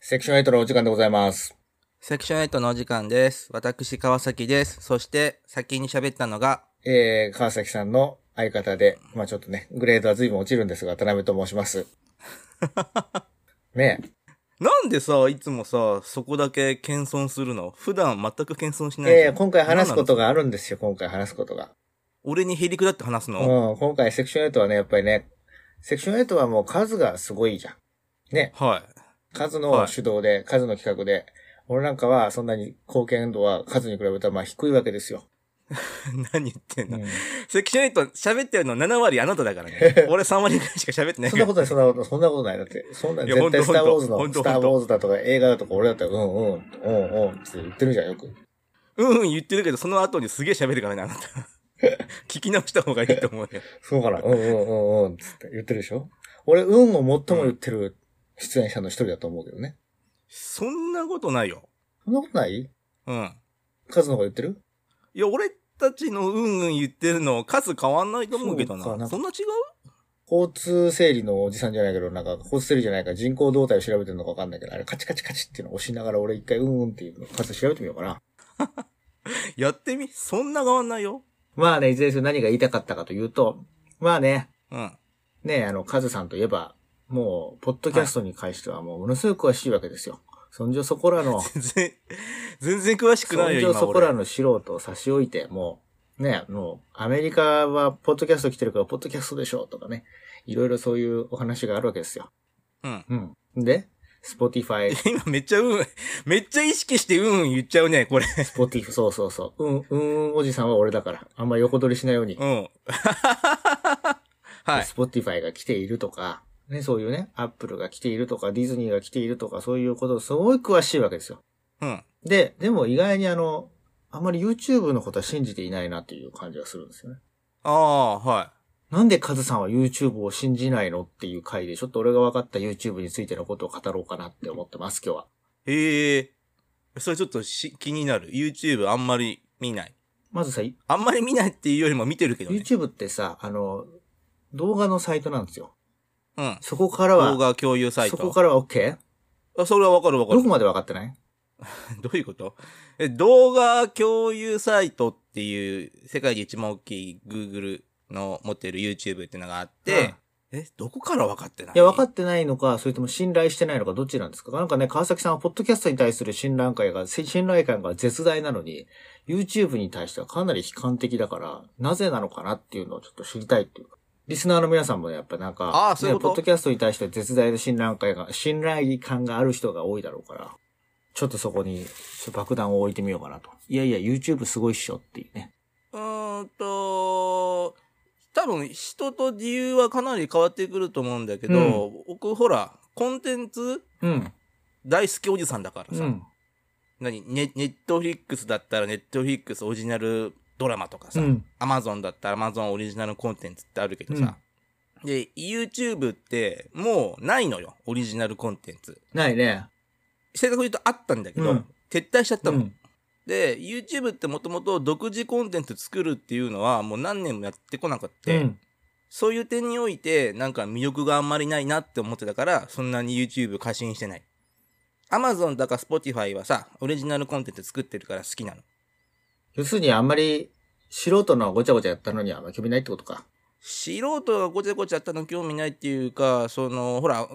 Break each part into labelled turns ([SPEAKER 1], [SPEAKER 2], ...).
[SPEAKER 1] セクション8のお時間でございます。
[SPEAKER 2] セクション8のお時間です。私、川崎です。そして、先に喋ったのが、
[SPEAKER 1] えー、川崎さんの相方で、まあちょっとね、グレードは随分落ちるんですが、田辺と申します。ね
[SPEAKER 2] なんでさ、いつもさ、そこだけ謙遜するの普段全く謙遜しないじゃん
[SPEAKER 1] え、えー、今回話すこ。
[SPEAKER 2] なんなの
[SPEAKER 1] とがあるんですよ、今回話すことが。
[SPEAKER 2] 俺にへりくだって話すの、
[SPEAKER 1] うん、今回セクション8はね、やっぱりね、セクション8はもう数がすごいじゃん。ね、
[SPEAKER 2] はい。
[SPEAKER 1] 数
[SPEAKER 2] は
[SPEAKER 1] の
[SPEAKER 2] い
[SPEAKER 1] 主導で、数の企画で、俺なんかはそんなに貢献度は数に比べたらまあ低いわけですよ。
[SPEAKER 2] 何言ってん
[SPEAKER 1] う
[SPEAKER 2] の、
[SPEAKER 1] ん
[SPEAKER 2] セクション8喋ってるの7割あなただか らね。俺3割ぐらいしか喋ってない
[SPEAKER 1] そ
[SPEAKER 2] か
[SPEAKER 1] んなこ。とな
[SPEAKER 2] ら
[SPEAKER 1] い、そんなことない、そんなことない。だって、そんな、
[SPEAKER 2] いや
[SPEAKER 1] 絶対ス
[SPEAKER 2] ほん
[SPEAKER 1] タ
[SPEAKER 2] と
[SPEAKER 1] ーウォーズ
[SPEAKER 2] ほん
[SPEAKER 1] の、ス
[SPEAKER 2] とほん
[SPEAKER 1] タ
[SPEAKER 2] と
[SPEAKER 1] ーウォーズだとか映画だとか俺だったら、うんうん、うんうんって言ってるじゃん、よく。
[SPEAKER 2] うんうん言ってるけど、その後にすげえ喋るからね、あなた。 聞き直した方がいいと思うよ。
[SPEAKER 1] そうかな、うんうんうんうんっつって言ってるでしょ俺、うんを最も言ってる出演者の一人だと思うけどね。
[SPEAKER 2] そんなことないよ。
[SPEAKER 1] そんなことない
[SPEAKER 2] うん。
[SPEAKER 1] 数の方が言ってる
[SPEAKER 2] いや、俺たちのうんうん言ってるの、数変わんないと思うけどな。
[SPEAKER 1] そうか
[SPEAKER 2] そ
[SPEAKER 1] なんか
[SPEAKER 2] んな違う
[SPEAKER 1] 交通整理のおじさんじゃないけど、なんか、交通整理じゃないから人口動態を調べてるのかわかんないけど、あれカチカチカチっていうのを押しながら俺一回うんうんっていうの数調べてみようかな。
[SPEAKER 2] やってみそんな変わんないよ。
[SPEAKER 1] まあね、いずれにせよ何が言いたかったかというと、まあね、
[SPEAKER 2] うん。
[SPEAKER 1] ねえ、あの、カズさんといえば、もう、ポッドキャストに関してはもう、ものすごく詳しいわけですよ。そんじょそこらの、
[SPEAKER 2] 全然、全然詳しく
[SPEAKER 1] そ
[SPEAKER 2] なんい
[SPEAKER 1] じ
[SPEAKER 2] よ、
[SPEAKER 1] ょ
[SPEAKER 2] 今
[SPEAKER 1] そこら
[SPEAKER 2] 俺。
[SPEAKER 1] の素人を差し置いて、もう、ねえ、もう、アメリカは、ポッドキャスト来てるから、ポッドキャストでしょ、とかね。いろいろそういうお話があるわけですよ。
[SPEAKER 2] うん。
[SPEAKER 1] うん。で、スポティファイ、
[SPEAKER 2] 今めっちゃうん、めっちゃ意識してうんうん言っちゃうね、これ。
[SPEAKER 1] スポテ ィフ、そうそうそう。うん、うん、おじさんは俺だから。あんま横取りしないように。
[SPEAKER 2] うん。 はい。
[SPEAKER 1] スポティファイが来ているとか、ね、そういうね、アップルが来ているとか、ディズニーが来ているとか、そういうこと、すごい詳しいわけですよ。
[SPEAKER 2] うん。
[SPEAKER 1] で、でも意外にあの、あんまり YouTube のことは信じていないなっていう感じがするんですよね。
[SPEAKER 2] ああ、は
[SPEAKER 1] なんでカズさんは YouTube を信じないのっていう回で、ちょっと俺が分かった YouTube についてのことを語ろうかなって思ってます、今日は。
[SPEAKER 2] い。へえ。それちょっとし気になる。YouTube あんまり見ない。
[SPEAKER 1] まずさ、い
[SPEAKER 2] あんまり見ないっていうよりも見てるけどね。
[SPEAKER 1] YouTube ってさ、あの、動画のサイトなんですよ。
[SPEAKER 2] うん。
[SPEAKER 1] そこから
[SPEAKER 2] 動
[SPEAKER 1] は、
[SPEAKER 2] 画共有サイ
[SPEAKER 1] そこ
[SPEAKER 2] ト。
[SPEAKER 1] からは OK?
[SPEAKER 2] あそれはわかるわか
[SPEAKER 1] ど
[SPEAKER 2] る
[SPEAKER 1] こ。まで分かってない
[SPEAKER 2] どういうことえ、動画共有サイトっていう、世界で一番大きい Google の持ってる YouTube っていうのがあって、え、どこから分かってない
[SPEAKER 1] いや、分か
[SPEAKER 2] っ
[SPEAKER 1] ってないのか、それとも信頼してないのか、どっちなんですかなんかね、川崎さんはポッドキャストに対する信頼感が、せ信頼感が絶大なのに、YouTube に対してはかなり悲観的だから、なぜなのかなっていうのをちょっと知りたいっていうか。リスナーの皆さんもね、やっぱなんか、
[SPEAKER 2] あーそういう
[SPEAKER 1] ね、
[SPEAKER 2] こと
[SPEAKER 1] ポッドキャストに対して絶大な信頼感が、信頼感がある人が多いだろうから、ちょっとそこにちょっと爆弾を置いてみようかなと。いやいや、YouTube すごいっしょっていうね。
[SPEAKER 2] うーんと、多分人と理由はかなり変わってくると思うんだけど、僕ほら、コンテンツ
[SPEAKER 1] うん。
[SPEAKER 2] 大好きおじさんだから
[SPEAKER 1] う
[SPEAKER 2] さ、
[SPEAKER 1] ん。
[SPEAKER 2] 何ネ、ネットフリックスだったらネットフリックスオリジナルドラマとかさ、
[SPEAKER 1] うん。
[SPEAKER 2] アマゾンだったらアマゾンオリジナルコンテンツってあるけどさ、で YouTube ってもうないのよオリジナルコンテンツ
[SPEAKER 1] ないね。
[SPEAKER 2] 正確に言うとあったんだけど、
[SPEAKER 1] うん
[SPEAKER 2] 撤退しちゃった
[SPEAKER 1] う
[SPEAKER 2] の、
[SPEAKER 1] ん。
[SPEAKER 2] で YouTube ってもともと独自コンテンツ作るっていうのはもう何年もやってこなかった、
[SPEAKER 1] うん。
[SPEAKER 2] そういう点においてなんか魅力があんまりないなって思ってたからそんなに YouTube 過信してない Amazon だか Spotify はさオリジナルコンテンツ作ってるから好きなの
[SPEAKER 1] 要するにあんまり素人のごちゃごちゃやったのにはあんま興味ないってことか。
[SPEAKER 2] 素人がごちゃごちゃやったの興味ないっていうかそのほら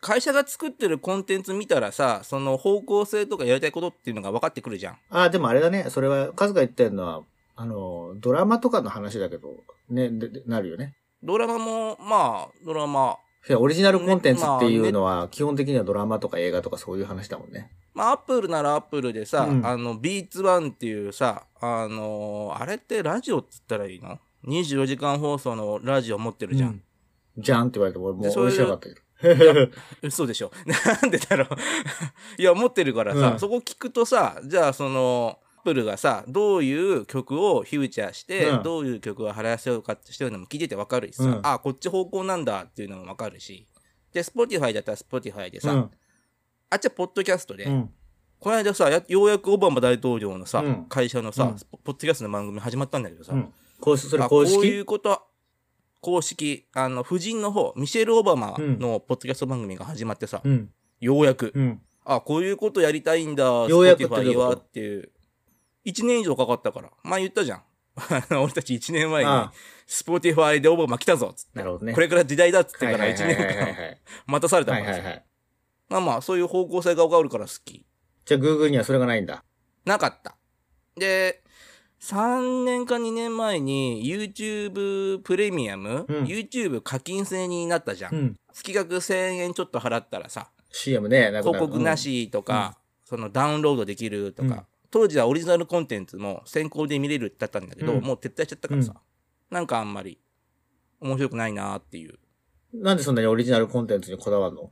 [SPEAKER 2] 会社が作ってるコンテンツ見たらさその方向性とかやりたいことっていうのが分かってくるじゃん
[SPEAKER 1] ああ、でもあれだね。それは、カズが言ってるのは、あの、ドラマとかの話だけど、ね、ででなるよね。
[SPEAKER 2] ドラマもまあドラマ
[SPEAKER 1] いやオリジナルコンテンツっていうのは、基本的にはドラマとか映画とかそういう話だもんね。
[SPEAKER 2] まあアップルならアップルでさ、
[SPEAKER 1] うん
[SPEAKER 2] あのビーツワンっていうさあのあれってラジオって言ったらいいの24時間放送のラジオ持ってるじゃん、
[SPEAKER 1] じゃんって言われても、もう
[SPEAKER 2] でそういう
[SPEAKER 1] 面白かったけど。
[SPEAKER 2] 嘘でしょ なんでだろういや持ってるからさ、
[SPEAKER 1] うん
[SPEAKER 2] そこ聞くとさじゃあそのアップルがさどういう曲をフューチャーして、
[SPEAKER 1] うん
[SPEAKER 2] どういう曲を流行せようかってしてるのも聞いてて分かるしさ、
[SPEAKER 1] うん
[SPEAKER 2] あこっち方向なんだっていうのも分かるしで Spotify だったら Spotify でさ、
[SPEAKER 1] うん
[SPEAKER 2] あっちはポッドキャストで、
[SPEAKER 1] うん。
[SPEAKER 2] この間さやようやくオバマ大統領のさ、
[SPEAKER 1] うん
[SPEAKER 2] 会社のさ、
[SPEAKER 1] うん
[SPEAKER 2] ポッドキャストの番組始まったんだけどさ、
[SPEAKER 1] うん。公式、それ
[SPEAKER 2] あ
[SPEAKER 1] 公
[SPEAKER 2] こうい
[SPEAKER 1] 式
[SPEAKER 2] うこと公式あの夫人の方ミシェル・オバマのポッドキャスト番組が始まってさ、
[SPEAKER 1] うん。
[SPEAKER 2] ようやく、
[SPEAKER 1] うん。
[SPEAKER 2] あ、こういうことやりたいんだ、
[SPEAKER 1] ようやくってどうい
[SPEAKER 2] Spotify
[SPEAKER 1] うこと
[SPEAKER 2] はっていう。一年以上かかったから。前言ったじゃん。 あの俺たち一年前に
[SPEAKER 1] ああ、
[SPEAKER 2] Spotify でオバマ来たぞっつって
[SPEAKER 1] なるほどね。
[SPEAKER 2] これから時代だっつって
[SPEAKER 1] はい
[SPEAKER 2] か
[SPEAKER 1] は
[SPEAKER 2] ら
[SPEAKER 1] い
[SPEAKER 2] 一
[SPEAKER 1] はい
[SPEAKER 2] 年
[SPEAKER 1] はいはい
[SPEAKER 2] 間待たされた
[SPEAKER 1] は
[SPEAKER 2] も
[SPEAKER 1] い
[SPEAKER 2] ん
[SPEAKER 1] はい
[SPEAKER 2] で
[SPEAKER 1] はい。
[SPEAKER 2] まあまあ、そういう方向性がわかるから好き。
[SPEAKER 1] じゃあ Google にはそれがないんだ。
[SPEAKER 2] なかった。で、3年か2年前に YouTube プレミアム、
[SPEAKER 1] うん
[SPEAKER 2] YouTube 課金制になったじゃん。
[SPEAKER 1] うん。
[SPEAKER 2] 月額1000円ちょっと払ったらさ、
[SPEAKER 1] CM ね、なくな
[SPEAKER 2] 広
[SPEAKER 1] る
[SPEAKER 2] 告な。しとか、そのダウンロードできるとか、当時はオリジナルコンテンツも先行で見れるだったんだけど、
[SPEAKER 1] うん
[SPEAKER 2] もう撤退しちゃったからさ、なんかあんまり面白くないなーっていう。
[SPEAKER 1] うんなんでそんなにオリジナルコンテンツにこだわるの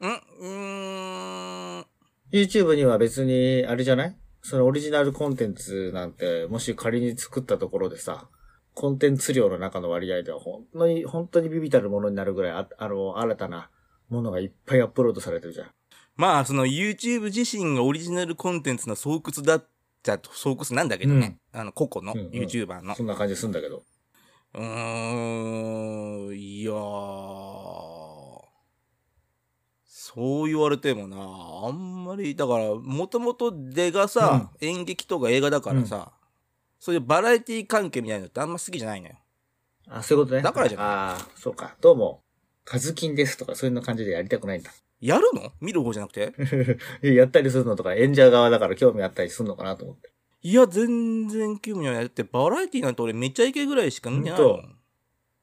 [SPEAKER 2] んうーん。
[SPEAKER 1] ?YouTube には別に、あれじゃないそのオリジナルコンテンツなんて、もし仮に作ったところでさ、コンテンツ量の中の割合では本当に、本当にビビたるものになるぐらい、ああの、新たなものがいっぱいアップロードされてるじゃん。
[SPEAKER 2] まあ、その YouTube 自身がオリジナルコンテンツの巣窟だっちゃ、巣窟なんだけどね。あの、個々
[SPEAKER 1] うん
[SPEAKER 2] の
[SPEAKER 1] うん
[SPEAKER 2] YouTuber の。
[SPEAKER 1] そんな感じすんだけど。
[SPEAKER 2] うーん、いやー。そう言われてもな、あんまり、だから、もともと出がさ、演劇とか映画だからさ、そういうバラエティ関係みたいなのってあんま好きじゃないのよ。
[SPEAKER 1] あ、そういうことね。
[SPEAKER 2] だからじゃない
[SPEAKER 1] ああ、そうか。どうも、カズキンですとか、そういうの感じでやりたくないんだ。
[SPEAKER 2] やるの見る方じゃなくて
[SPEAKER 1] やったりするのとか、演者側だから興味あったりするのかなと思って。
[SPEAKER 2] いや、全然興味ない。だってバラエティなんて俺めちゃイケぐらいしか見てないも
[SPEAKER 1] ほん
[SPEAKER 2] ん。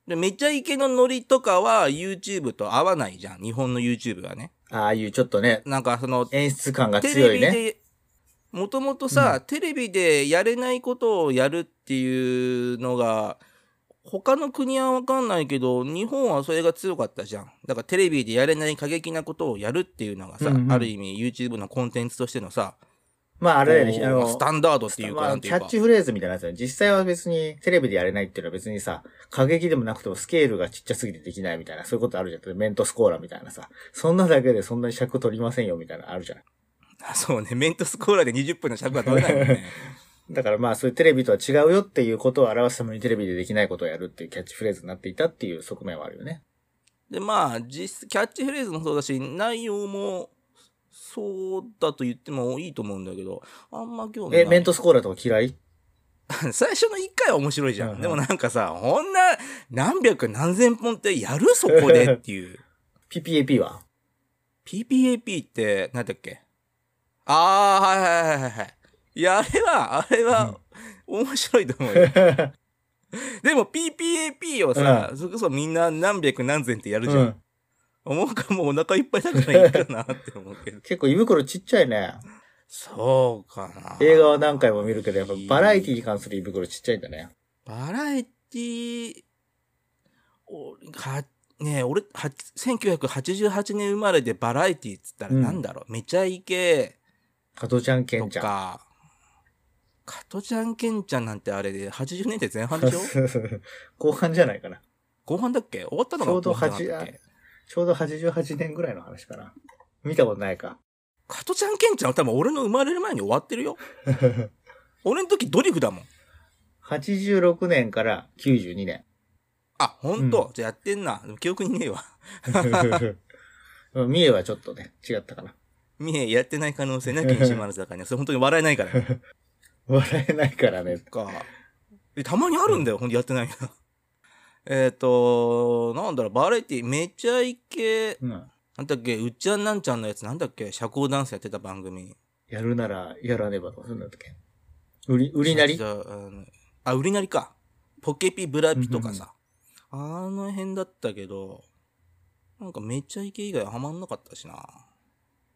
[SPEAKER 2] で、めちゃイケのノリとかは YouTube と合わないじゃん。日本の YouTube はね。
[SPEAKER 1] ああいうちょっとね、
[SPEAKER 2] なんかその、
[SPEAKER 1] 演出感が
[SPEAKER 2] テ
[SPEAKER 1] 強
[SPEAKER 2] レ
[SPEAKER 1] い
[SPEAKER 2] ビ
[SPEAKER 1] ね。
[SPEAKER 2] で、もともとさ、テレビでやれないことをやるっていうのが、他の国はわかんないけど、日本はそれが強かったじゃん。だからテレビでやれない過激なことをやるっていうのがさ、
[SPEAKER 1] うんうん
[SPEAKER 2] ある意味 YouTube のコンテンツとしてのさ、
[SPEAKER 1] まああれだよ
[SPEAKER 2] こ
[SPEAKER 1] ね、
[SPEAKER 2] う
[SPEAKER 1] あの、
[SPEAKER 2] スタンダードっていうか、
[SPEAKER 1] ま
[SPEAKER 2] な
[SPEAKER 1] あ、
[SPEAKER 2] んて
[SPEAKER 1] キ
[SPEAKER 2] いう
[SPEAKER 1] ャ
[SPEAKER 2] か
[SPEAKER 1] ッ。チフレーズみたいなやつだよね。実際は別にテレビでやれないっていうのは別にさ、過激でもなくてもスケールがちっちゃすぎてできないみたいな、そういうことあるじゃん。メントスコーラみたいなさ。そんなだけでそんなに尺取りませんよみたいなのあるじゃん。
[SPEAKER 2] あ そうね、メントスコーラで20分の尺が取れないもん ね。
[SPEAKER 1] だからまあそういうテレビとは違うよっていうことを表すためにテレビでできないことをやるっていうキャッチフレーズになっていたっていう側面はあるよね。
[SPEAKER 2] で、まあ、実、キャッチフレーズもそうだし、内容も、そうだと言ってもいいと思うんだけど、あんま興味ない。
[SPEAKER 1] え、メントスコーラとか嫌い
[SPEAKER 2] 最初の1回は面白いじゃん。
[SPEAKER 1] うんうん
[SPEAKER 2] でもなんかさ、こんな、何百何千本ってやるそこでっ ていう。
[SPEAKER 1] ?PPAP は
[SPEAKER 2] PPAP って、なんだっけああ、はいはいはいはいはい。いや、あれは、あれは、面白いと 思うよ。でも PPAP をさ、それこそみんな何百何千ってやるじゃん。
[SPEAKER 1] うん
[SPEAKER 2] 思うかもうお腹いっぱいだからいいかなって思う
[SPEAKER 1] 。
[SPEAKER 2] けど
[SPEAKER 1] 結構胃袋ちっちゃいね。
[SPEAKER 2] そうかな。
[SPEAKER 1] 映画は何回も見るけど、やっぱバラエティに関する胃袋ちっちゃいんだね。
[SPEAKER 2] バラエティー、おはねえ、俺、は1988年生まれでバラエティーっつったら
[SPEAKER 1] うん
[SPEAKER 2] なんだろう、めちゃイケ
[SPEAKER 1] 加藤ちゃん、ケ
[SPEAKER 2] と
[SPEAKER 1] ンちゃん。
[SPEAKER 2] か、加トちゃん、ケンちゃんなんてあれで80年代前半 でしょ
[SPEAKER 1] 後半じゃないかな。
[SPEAKER 2] 後半だっけ終わったの
[SPEAKER 1] ちょう
[SPEAKER 2] が
[SPEAKER 1] ど
[SPEAKER 2] 後半だったっ
[SPEAKER 1] 8
[SPEAKER 2] け
[SPEAKER 1] ちょうど88年ぐらいの話かな。見たことないか。
[SPEAKER 2] 加トちゃん、ケンちゃんは多分俺の生まれる前に終わって るよ。俺の時ドリフだもん。
[SPEAKER 1] 86年から92年。
[SPEAKER 2] あ、ほんと、じゃあやってんな。でも記憶にねえわ。
[SPEAKER 1] 三重はちょっとね、違ったかな。
[SPEAKER 2] 三重やってない可能性ね、禁止マルだからね。それ本当に笑えないから。
[SPEAKER 1] 笑えないからね。
[SPEAKER 2] か。えたまにあるんだよ、ほんとやってないな。 えっと、なんだろう、バラエティ、めちゃイケ、
[SPEAKER 1] うん。
[SPEAKER 2] なんだっけ、うっちゃんなんちゃんのやつ、なんだっけ、社交ダンスやってた番組。
[SPEAKER 1] やるなら、やらねばとか、そんなんだっけ。売り、売りなり
[SPEAKER 2] じゃあ、あのあ、売りなりか。ポケピ、ブラピとかさ。あの辺だったけど、なんかめちゃイケ以外はまんなかったしな。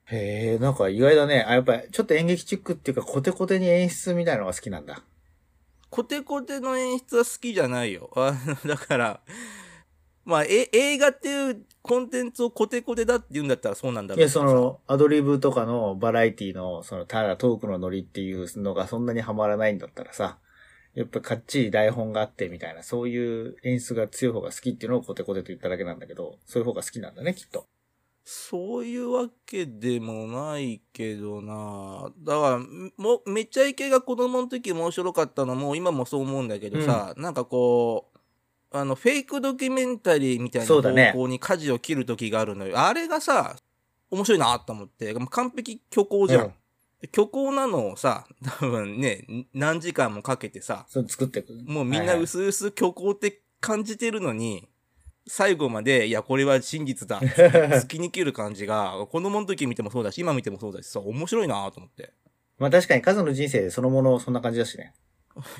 [SPEAKER 1] へえ、なんか意外だね。あ、やっぱり、ちょっと演劇チックっていうか、コテコテに演出みたいのが好きなんだ。
[SPEAKER 2] コテコテの演出は好きじゃないよ。あ のだから、まあ、え、映画っていうコンテンツをコテコテだって言うんだったらそうなんだろ
[SPEAKER 1] いう
[SPEAKER 2] け
[SPEAKER 1] や、
[SPEAKER 2] どさ
[SPEAKER 1] その、アドリブとかのバラエティの、その、ただトークのノリっていうのがそんなにハマらないんだったらさ、やっぱかっちり台本があってみたいな、そういう演出が強い方が好きっていうのをコテコテと言っただけなんだけど、そういう方が好きなんだね、きっと。
[SPEAKER 2] そういうわけでもないけどな。だから、もう、めっちゃイケが子供の時面白かったのも、今もそう思うんだけどさ、なんかこう、あの、フェイクドキュメンタリーみたいな
[SPEAKER 1] そう
[SPEAKER 2] 方
[SPEAKER 1] だね
[SPEAKER 2] 向に舵を切る時があるのよ。あれがさ、面白いなと思って、もう完璧虚構じゃん。
[SPEAKER 1] うん
[SPEAKER 2] で虚構なのをさ、多分ね、ん何時間もかけてさ、
[SPEAKER 1] それ作っていく。
[SPEAKER 2] もうみん
[SPEAKER 1] は
[SPEAKER 2] な
[SPEAKER 1] は
[SPEAKER 2] い
[SPEAKER 1] い
[SPEAKER 2] 薄々虚構って感じてるのに、最後まで、いや、これは真 実だ、つって突きに切る感じが、子供の時見てもそうだし、今見てもそうだしさ、面白いなと思って。
[SPEAKER 1] まあ確かに数の人生そのものそんな感じだしね。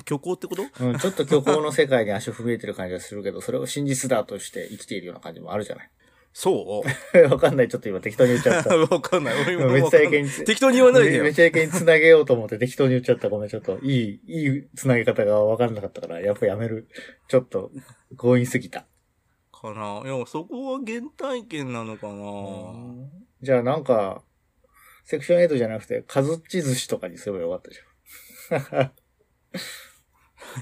[SPEAKER 2] 虚構ってこと
[SPEAKER 1] うん、ちょっと虚構の世界に足を踏み入れてる感じがするけど、それを真実だとして生きているような感じもあるじゃない。
[SPEAKER 2] そう
[SPEAKER 1] わかんない。ちょっと今適当に言っちゃ った。
[SPEAKER 2] わかんない。 俺も
[SPEAKER 1] めっ
[SPEAKER 2] わ
[SPEAKER 1] ち
[SPEAKER 2] か
[SPEAKER 1] ゃ
[SPEAKER 2] ん
[SPEAKER 1] い
[SPEAKER 2] な
[SPEAKER 1] け
[SPEAKER 2] い。
[SPEAKER 1] につ、
[SPEAKER 2] 適当に言わないで
[SPEAKER 1] め
[SPEAKER 2] よ。
[SPEAKER 1] ちゃいけに繋げようと思って適当に言っちゃった。ごめん、ちょっと、いい、いい繋げ方がわかんなかったから、やっぱやめる。ちょっと、強引すぎた。
[SPEAKER 2] かな。いや、そこは原体験なのか な。
[SPEAKER 1] じゃあなんか、セクション8じゃなくて、カズッチ寿司とかにすればよかったじ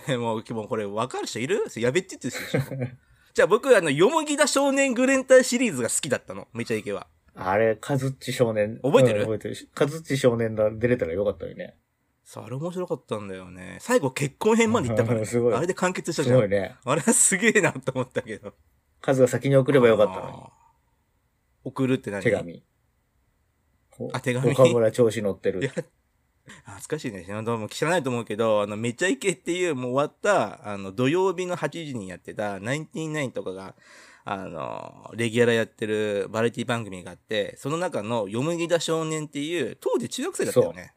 [SPEAKER 2] えもう、もうこれ分かる人いるそれやべっちって人でしょ じゃあ僕、あの、よもぎだ少年グレンタイシリーズが好きだったの。めちゃイケは。
[SPEAKER 1] ゃん。あれ、カズッチ少年。
[SPEAKER 2] 覚えてる
[SPEAKER 1] うん覚えてるし。カズッチ少年だ、出れたらよかったよね。
[SPEAKER 2] さあ、あれ面白かったんだよね。最後結婚編まで行ったから、ね
[SPEAKER 1] すごい
[SPEAKER 2] あれで完結した
[SPEAKER 1] す
[SPEAKER 2] じゃ
[SPEAKER 1] ごい
[SPEAKER 2] ん。
[SPEAKER 1] ね。
[SPEAKER 2] あれはすげえなと思ったけど。
[SPEAKER 1] カズが先に送ればよかったのに。
[SPEAKER 2] あー送るって何
[SPEAKER 1] 手。紙。
[SPEAKER 2] あ手紙
[SPEAKER 1] 岡村調子乗って
[SPEAKER 2] いや
[SPEAKER 1] る。
[SPEAKER 2] 懐かしいね。どうも知らないと思うけど、あの、めちゃイケっていう、もう終わった、あの、土曜日の8時にやってた、ナインティナインとかが、あの、レギュラーやってるバラエティ番組があって、その中の、よむぎだ少年っていう、当時中学生だったよね。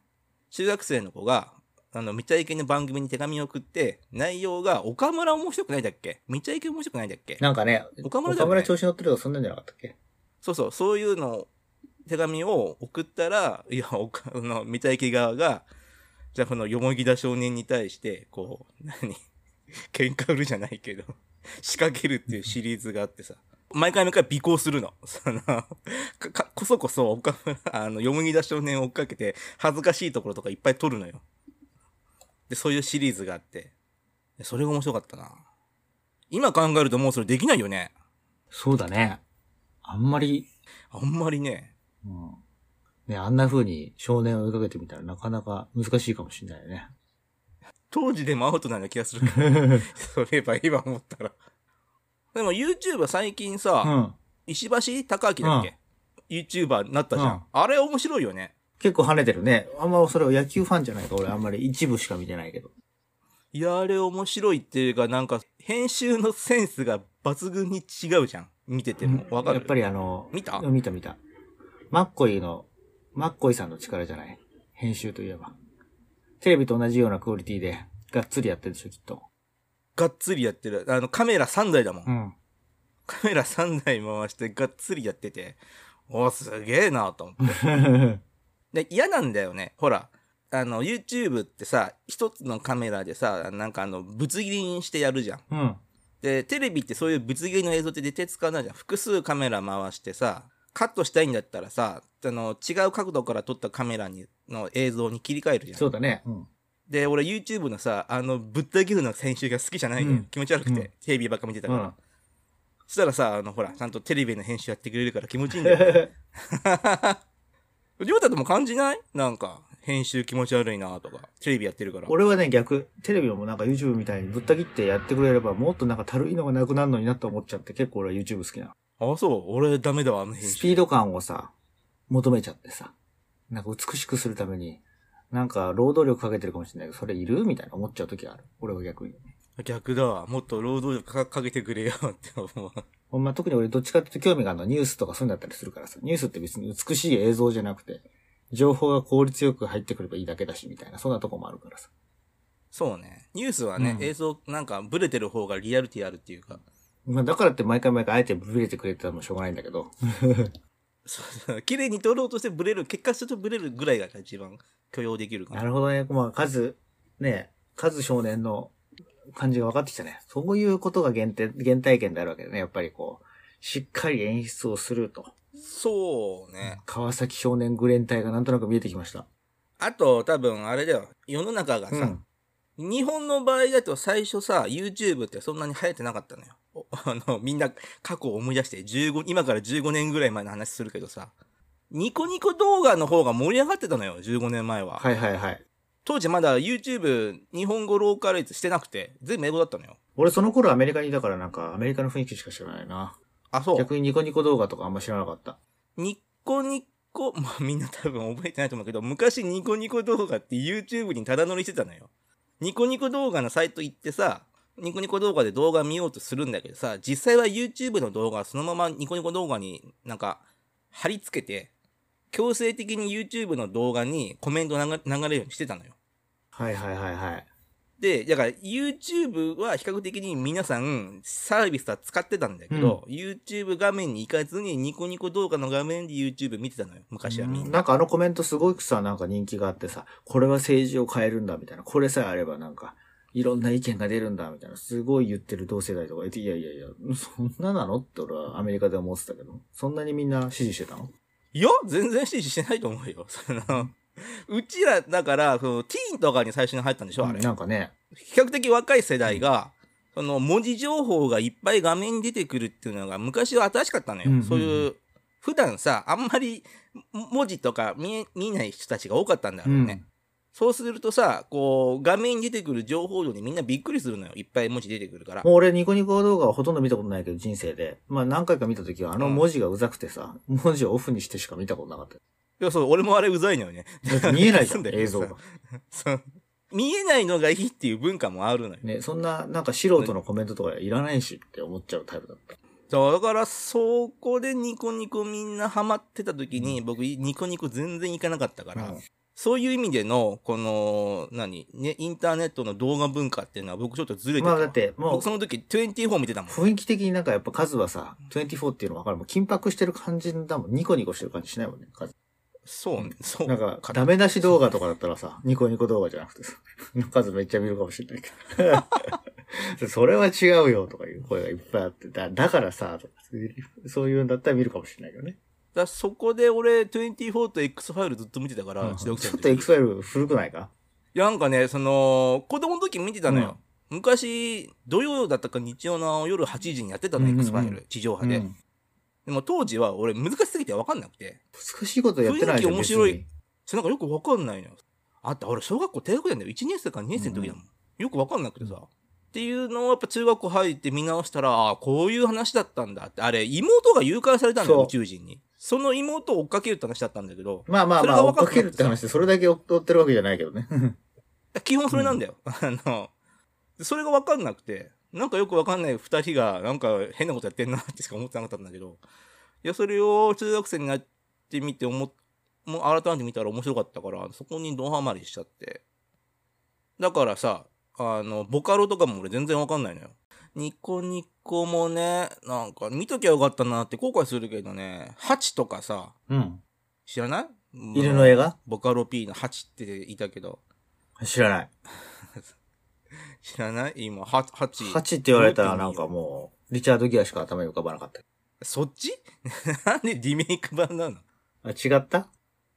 [SPEAKER 2] 中学生の子が、あの、めちゃイケの番組に手紙を送って、内容が、岡村面白くないだっけめちゃイケ面白くないだっけ
[SPEAKER 1] なんかね、
[SPEAKER 2] 岡村だ
[SPEAKER 1] 岡
[SPEAKER 2] よね
[SPEAKER 1] 村調子乗ってるとかそんなんじゃなかったっけ
[SPEAKER 2] そうそう、そういうのを、手紙を送ったら、 いや、おか、あの、三田駅側が、じゃあこのよもぎだ少年に対して、こう、何 喧嘩売るじゃないけど、 仕掛けるっていうシリーズがあってさ、毎回毎回尾行するの。 その、か、か こそこそ、岡村、あの、よもぎだ少年を追っかけて、恥ずかしいところとかいっぱい撮るのよ。で、そういうシリーズがあって、でそれが面白かったな。今考えるともうそれできないよね。
[SPEAKER 1] そうだね。あんまり、
[SPEAKER 2] あんまりね。
[SPEAKER 1] うん。ね、あんな風に少年を追いかけてみたらなかなか難しいかもしれないよね。
[SPEAKER 2] 当時でもアウトなような気が するから。そういえば今思ったら。でも YouTube は最近さ、
[SPEAKER 1] うん。
[SPEAKER 2] 石橋貴明だっけ、?YouTuber になったじゃん,、
[SPEAKER 1] うん
[SPEAKER 2] あれ面白いよね。
[SPEAKER 1] 結構跳ねてるね。あんまそれは野球ファンじゃないか。俺あんまり一部しか見てないけど。
[SPEAKER 2] いや、あれ面白いっていうか、なんか、編集のセンスが抜群に違うじゃん。見てても。わかる
[SPEAKER 1] やっぱりあの、
[SPEAKER 2] 見た
[SPEAKER 1] 見た見た。マッコイの、マッコイさんの力じゃない。編集といえば。テレビと同じようなクオリティで、がっつりやってるでしょ、きっと。
[SPEAKER 2] がっつりやってる。あの、カメラ3台だも ん。
[SPEAKER 1] うん。
[SPEAKER 2] カメラ3台回してがっつりやってて、お、すげえなと思って。で、嫌なんだよね。ほら、あの、YouTube ってさ、一つのカメラでさ、なんかあの、ぶつ切りにしてやるじゃん。
[SPEAKER 1] うん。
[SPEAKER 2] で、テレビってそういうぶつ切りの映像って出て使わないじゃん。複数カメラ回してさ、カットしたいんだったらさ、あの、違う角度から撮ったカメラに、の映像に切り替えるじゃん
[SPEAKER 1] そ。うだね。うん。で
[SPEAKER 2] で、俺 YouTube のさ、あの、ぶった切るの選手が好きじゃないのよ、
[SPEAKER 1] うん
[SPEAKER 2] 気持ち悪くて、
[SPEAKER 1] うん
[SPEAKER 2] テレビばっか見てたから。
[SPEAKER 1] うん
[SPEAKER 2] そしたらさ、あの、ほら、ちゃんとテレビの編集やってくれるから気持ちいいんだ よ、ね。りょうたとも感じないなんか、編集気持ち悪いなとか、テレビやってるから。
[SPEAKER 1] 俺はね、逆、テレビもなんか YouTube みたいにぶった切ってやってくれれば、もっとなんかたるいのがなくなるのになって思っちゃって、結構俺は YouTube 好きなの。
[SPEAKER 2] あ、そう、俺ダメだわ、あの編集。
[SPEAKER 1] スピード感をさ、求めちゃってさ、なんか美しくするために、なんか労働力かけてるかもしれないけど、それいるみたいな思っちゃう時がある。俺は逆に。
[SPEAKER 2] 逆だわ。もっと労働力かかけてくれよって思う。
[SPEAKER 1] ほんま特に俺どっちかっていうと興味があるのはニュースとかそういうのだったりするからさ、ニュースって別に美しい映像じゃなくて、情報が効率よく入ってくればいいだけだし、みたいな、そんなとこもあるからさ。
[SPEAKER 2] そうね。ニュースはね、
[SPEAKER 1] うん
[SPEAKER 2] 映像なんかブレてる方がリアリティあるっていうか。
[SPEAKER 1] まあだからって毎回毎回あえてブレてくれてたのもしょうがないんだけど、
[SPEAKER 2] そうそう。 綺麗に撮ろうとしてブレる、結果するとブレるぐらいが一番許容できるか
[SPEAKER 1] な
[SPEAKER 2] ら。
[SPEAKER 1] るほどね。まあ、数、ね、数少年の感じが分かってきたね。そういうことが原点、原体験であるわけだね。やっぱりこう、しっかり演出をすると。
[SPEAKER 2] そうね。
[SPEAKER 1] 川崎少年グレン隊がなんとなく見えてきました。
[SPEAKER 2] あと、多分あれだよ。世の中がさ、
[SPEAKER 1] うん
[SPEAKER 2] 日本の場合だと最初さ、YouTube ってそんなに流行ってなかったのよ。お あの、みんな過去を思い出して、15、今から15年ぐらい前の話するけどさ、ニコニコ動画の方が盛り上がってたのよ、15年前は。
[SPEAKER 1] はいはいはい。
[SPEAKER 2] 当時まだ YouTube 日本語ローカル率してなくて、全部英語だったのよ。
[SPEAKER 1] 俺その頃アメリカにいたからなんかアメリカの雰囲気しか知らないな。
[SPEAKER 2] あ、そう。
[SPEAKER 1] 逆にニコニコ動画とかあんま知らなかった。
[SPEAKER 2] ニコニコ、 まあみんな多分覚えてないと思うけど、昔ニコニコ動画って YouTube にただ乗りしてたのよ。ニコニコ動画のサイト行ってさ、ニコニコ動画で動画見ようとするんだけどさ、実際は YouTube の動画はそのままニコニコ動画になんか貼り付けて、強制的に YouTube の動画にコメント流流れるようにしてたのよ。
[SPEAKER 1] はいはいはいはい。
[SPEAKER 2] で、だから YouTube は比較的に皆さんサービスは使ってたんだけど、YouTube 画面に行かずにニコニコ動画の画面で YouTube 見てたのよ。昔はみんな。
[SPEAKER 1] なんかあのコメントすごくさ、なんか人気があってさ、これは政治を変えるんだみたいな、これさえあればなんか、いろんな意見が出るんだみたいな、すごい言ってる同世代とかいて、いやいやいや、そんななのって俺はアメリカで思ってたけど、そんなにみんな支持してたの
[SPEAKER 2] いや、全然支持してないと思うよ。 その、うちら、だから、そのティーンとかに最初に入ったんでしょあれ。
[SPEAKER 1] なんかね、
[SPEAKER 2] 比較的若い世代が、その文字情報がいっぱい画面に出てくるっていうのが昔は新しかったの
[SPEAKER 1] う
[SPEAKER 2] よ。
[SPEAKER 1] んうんうん
[SPEAKER 2] そういう、普段さ、あんまりも文字とか見え見ない人たちが多かったんだろ
[SPEAKER 1] う。
[SPEAKER 2] うんね。そうするとさ、こう、画面に出てくる情報量にみんなびっくりするのよ。いっぱい文字出てくるから
[SPEAKER 1] も。う俺ニコニコ動画はほとんど見たことないけど、人生で。まあ何回か見た時はあの文字がうざくてさ、文字をオフにしてしか見たことなかった。
[SPEAKER 2] いや、そう、俺もあれうざいのよね。
[SPEAKER 1] だって見えないじゃ、
[SPEAKER 2] そうんだよね
[SPEAKER 1] 映像が。
[SPEAKER 2] そう見えないのがいいっていう文化もあるのよ。
[SPEAKER 1] ね、そんな、なんか素人のコメントとかいらないしって思っちゃうタイプだった。
[SPEAKER 2] そう、だから、そこでニコニコみんなハマってた時に、僕、ニコニコ全然行かなかったから、
[SPEAKER 1] うん
[SPEAKER 2] そういう意味での、この、何、ね、インターネットの動画文化っていうのは僕ちょっとずれてた
[SPEAKER 1] ま
[SPEAKER 2] わ。
[SPEAKER 1] あだって、もう
[SPEAKER 2] 僕その時、24見てたもん。
[SPEAKER 1] 雰囲気的になんかやっぱ数はさ、24っていうの分かるもん。緊迫してる感じだもん。ニコニコしてる感じしないもんね。数
[SPEAKER 2] そうね、そう。
[SPEAKER 1] なんか、ダメ出し動画とかだったらさ、ニコニコ動画じゃなくてさ、 数めっちゃ見るかもしれないけど。 それは違うよとかいう声がいっぱいあって、だだからさ、とか、そういうんだったら見るかもしれないけどね。
[SPEAKER 2] だからそこで俺、24と X ファイルずっと見てたから、
[SPEAKER 1] ちょっ
[SPEAKER 2] ち
[SPEAKER 1] と X ファイル古くないか
[SPEAKER 2] いやなんかね、その、子供の時見てたのよ。昔、土曜だったか日曜の夜8時にやってたの、
[SPEAKER 1] うんうんうん
[SPEAKER 2] X ファイル、地上波で。
[SPEAKER 1] うん
[SPEAKER 2] でも当時は俺難しすぎて分かんなくて、
[SPEAKER 1] 難しいことやってないじゃん
[SPEAKER 2] 雰囲気面白い
[SPEAKER 1] 別に
[SPEAKER 2] それなんかよく分かんないのよ。あった、俺小学校低学年だよ。1年生か2年生の時だもん。よく分かんなくてさ。っていうのをやっぱ中学校入って見直したら、ああ、こういう話だったんだって。あれ、妹が誘拐されたんだよ、
[SPEAKER 1] そう
[SPEAKER 2] 宇宙人に。その妹を追っかけるって話だったんだけど、
[SPEAKER 1] まあまあ
[SPEAKER 2] それ
[SPEAKER 1] ま
[SPEAKER 2] が
[SPEAKER 1] あ、追
[SPEAKER 2] 分
[SPEAKER 1] っ
[SPEAKER 2] かん
[SPEAKER 1] かけ
[SPEAKER 2] なくて
[SPEAKER 1] るって話で、それだけ追ってるわけじゃないけどね。
[SPEAKER 2] 基本それなんだよ。 あの、それがわかんなくて、なんかよくわかんない二人が、なんか変なことやってんなってしか思ってなかったんだけど、いや、それを中学生になってみて思っ、もう改めて見たら面白かったから、そこにドハマりしちゃって。だからさ、あの、ボカロとかも俺全然わかんないのよ。ニコニコもね、なんか見ときゃよかったなって後悔するけどね、ハチとかさ、
[SPEAKER 1] うん。
[SPEAKER 2] 知らない
[SPEAKER 1] 犬の映画
[SPEAKER 2] ボカロ P のハチっていたけど、
[SPEAKER 1] 知らない。
[SPEAKER 2] 知らない今、ハハチ。
[SPEAKER 1] 8って言われたらなんかもう、リチャードギアしか頭に浮かばなかった。
[SPEAKER 2] そっち なんでリメイク版なの
[SPEAKER 1] あ、違った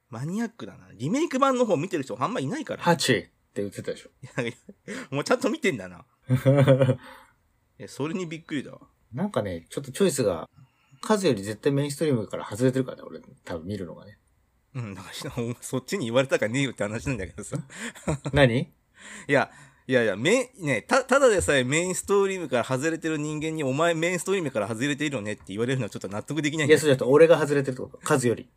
[SPEAKER 2] マニアックだな。リメイク版の方見てる人あんまいないから。
[SPEAKER 1] ?8 って言ってたでしょ。
[SPEAKER 2] もうちゃんと見てん だな。いや、それにびっくりだわ。
[SPEAKER 1] なんかね、ちょっとチョイスが、数より絶対メインストリームから外れてるからね、俺、多分見るのがね。
[SPEAKER 2] うん、だからしお前そっちに言われたかねえよって話なんだけ どさ。
[SPEAKER 1] 何
[SPEAKER 2] いや、いやいや、め、ね、た、ただでさえメインストリームから外れてる人間に、お前メインストリームから外れているよねって言われるのはちょっと納得できない
[SPEAKER 1] い
[SPEAKER 2] んだ
[SPEAKER 1] や、
[SPEAKER 2] よ
[SPEAKER 1] そうじゃなくて、俺が外れてるってこと。数より。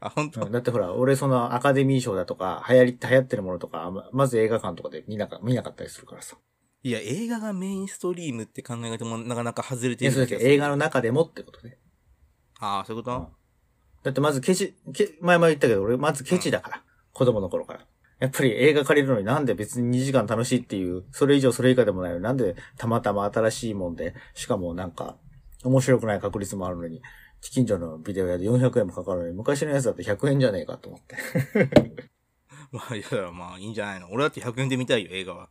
[SPEAKER 2] あ、本当、
[SPEAKER 1] うんだってほら、俺そのアカデミー賞だとか、流行り、流行ってるものとか、ままず映画館とかで見なか、見なかったりするからさ。
[SPEAKER 2] いや、映画がメインストリームって考え方もなかなか外れ
[SPEAKER 1] い
[SPEAKER 2] てい
[SPEAKER 1] や、
[SPEAKER 2] る
[SPEAKER 1] そう
[SPEAKER 2] だ
[SPEAKER 1] じ
[SPEAKER 2] け
[SPEAKER 1] ゃな
[SPEAKER 2] ど
[SPEAKER 1] くて映画の中でもってことね。
[SPEAKER 2] ああ、そういうこと、
[SPEAKER 1] うんだってまずケチ、ケ前々言ったけど、俺まずケチだから。子供の頃から。やっぱり映画借りるのになんで別に2時間楽しいっていう、それ以上それ以下でもないのになんでたまたま新しいもんで、しかもなんか、面白くない確率もあるのに、近所のビデオ屋で400円もかかるのに、昔のやつだと100円じゃねえかと思って。
[SPEAKER 2] まあ、いや、まあ、いいんじゃないの。俺だって100円で見たいよ、映画は。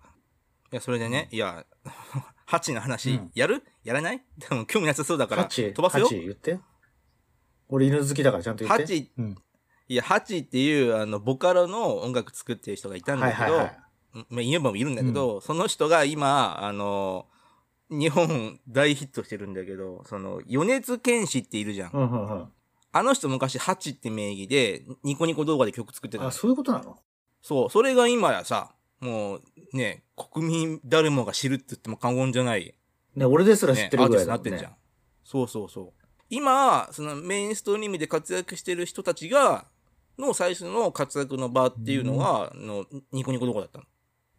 [SPEAKER 2] いや、それでね、いや、 ハチの
[SPEAKER 1] う
[SPEAKER 2] 話、
[SPEAKER 1] ん
[SPEAKER 2] やるやらない でも興味なさそうだから、
[SPEAKER 1] ハチ、
[SPEAKER 2] 飛ばすよ
[SPEAKER 1] ハ。チ言って。俺犬好きだからちゃんと言って。
[SPEAKER 2] ハチ
[SPEAKER 1] うん。
[SPEAKER 2] いや、ハチっていう、あの、ボカロの音楽作ってる人がいたん
[SPEAKER 1] は
[SPEAKER 2] だ
[SPEAKER 1] いは
[SPEAKER 2] け
[SPEAKER 1] い
[SPEAKER 2] ど、
[SPEAKER 1] はい。
[SPEAKER 2] うんまあ、言えばいるんだけど、その人が今、あの、日本大ヒットしてるんだけど、その、米津玄師っているじゃん。
[SPEAKER 1] うんうんうん。
[SPEAKER 2] あの人昔、ハチって名義で、ニコニコ動画で曲作ってたの
[SPEAKER 1] あ、そういうことなの
[SPEAKER 2] そう、それが今やさ、もうね、国民誰もが知るって言っても過言じゃない、
[SPEAKER 1] ね、俺ですら知
[SPEAKER 2] ね
[SPEAKER 1] って
[SPEAKER 2] ア
[SPEAKER 1] る
[SPEAKER 2] ー
[SPEAKER 1] ぐ
[SPEAKER 2] ティ
[SPEAKER 1] ら
[SPEAKER 2] スト
[SPEAKER 1] い
[SPEAKER 2] に
[SPEAKER 1] だ
[SPEAKER 2] なってんじゃん。
[SPEAKER 1] ん。
[SPEAKER 2] そうそうそう。今、そのメインストリームで活躍してる人たちが、の最初の活躍の場っていうのが、あの、ニコニコ動画だったの。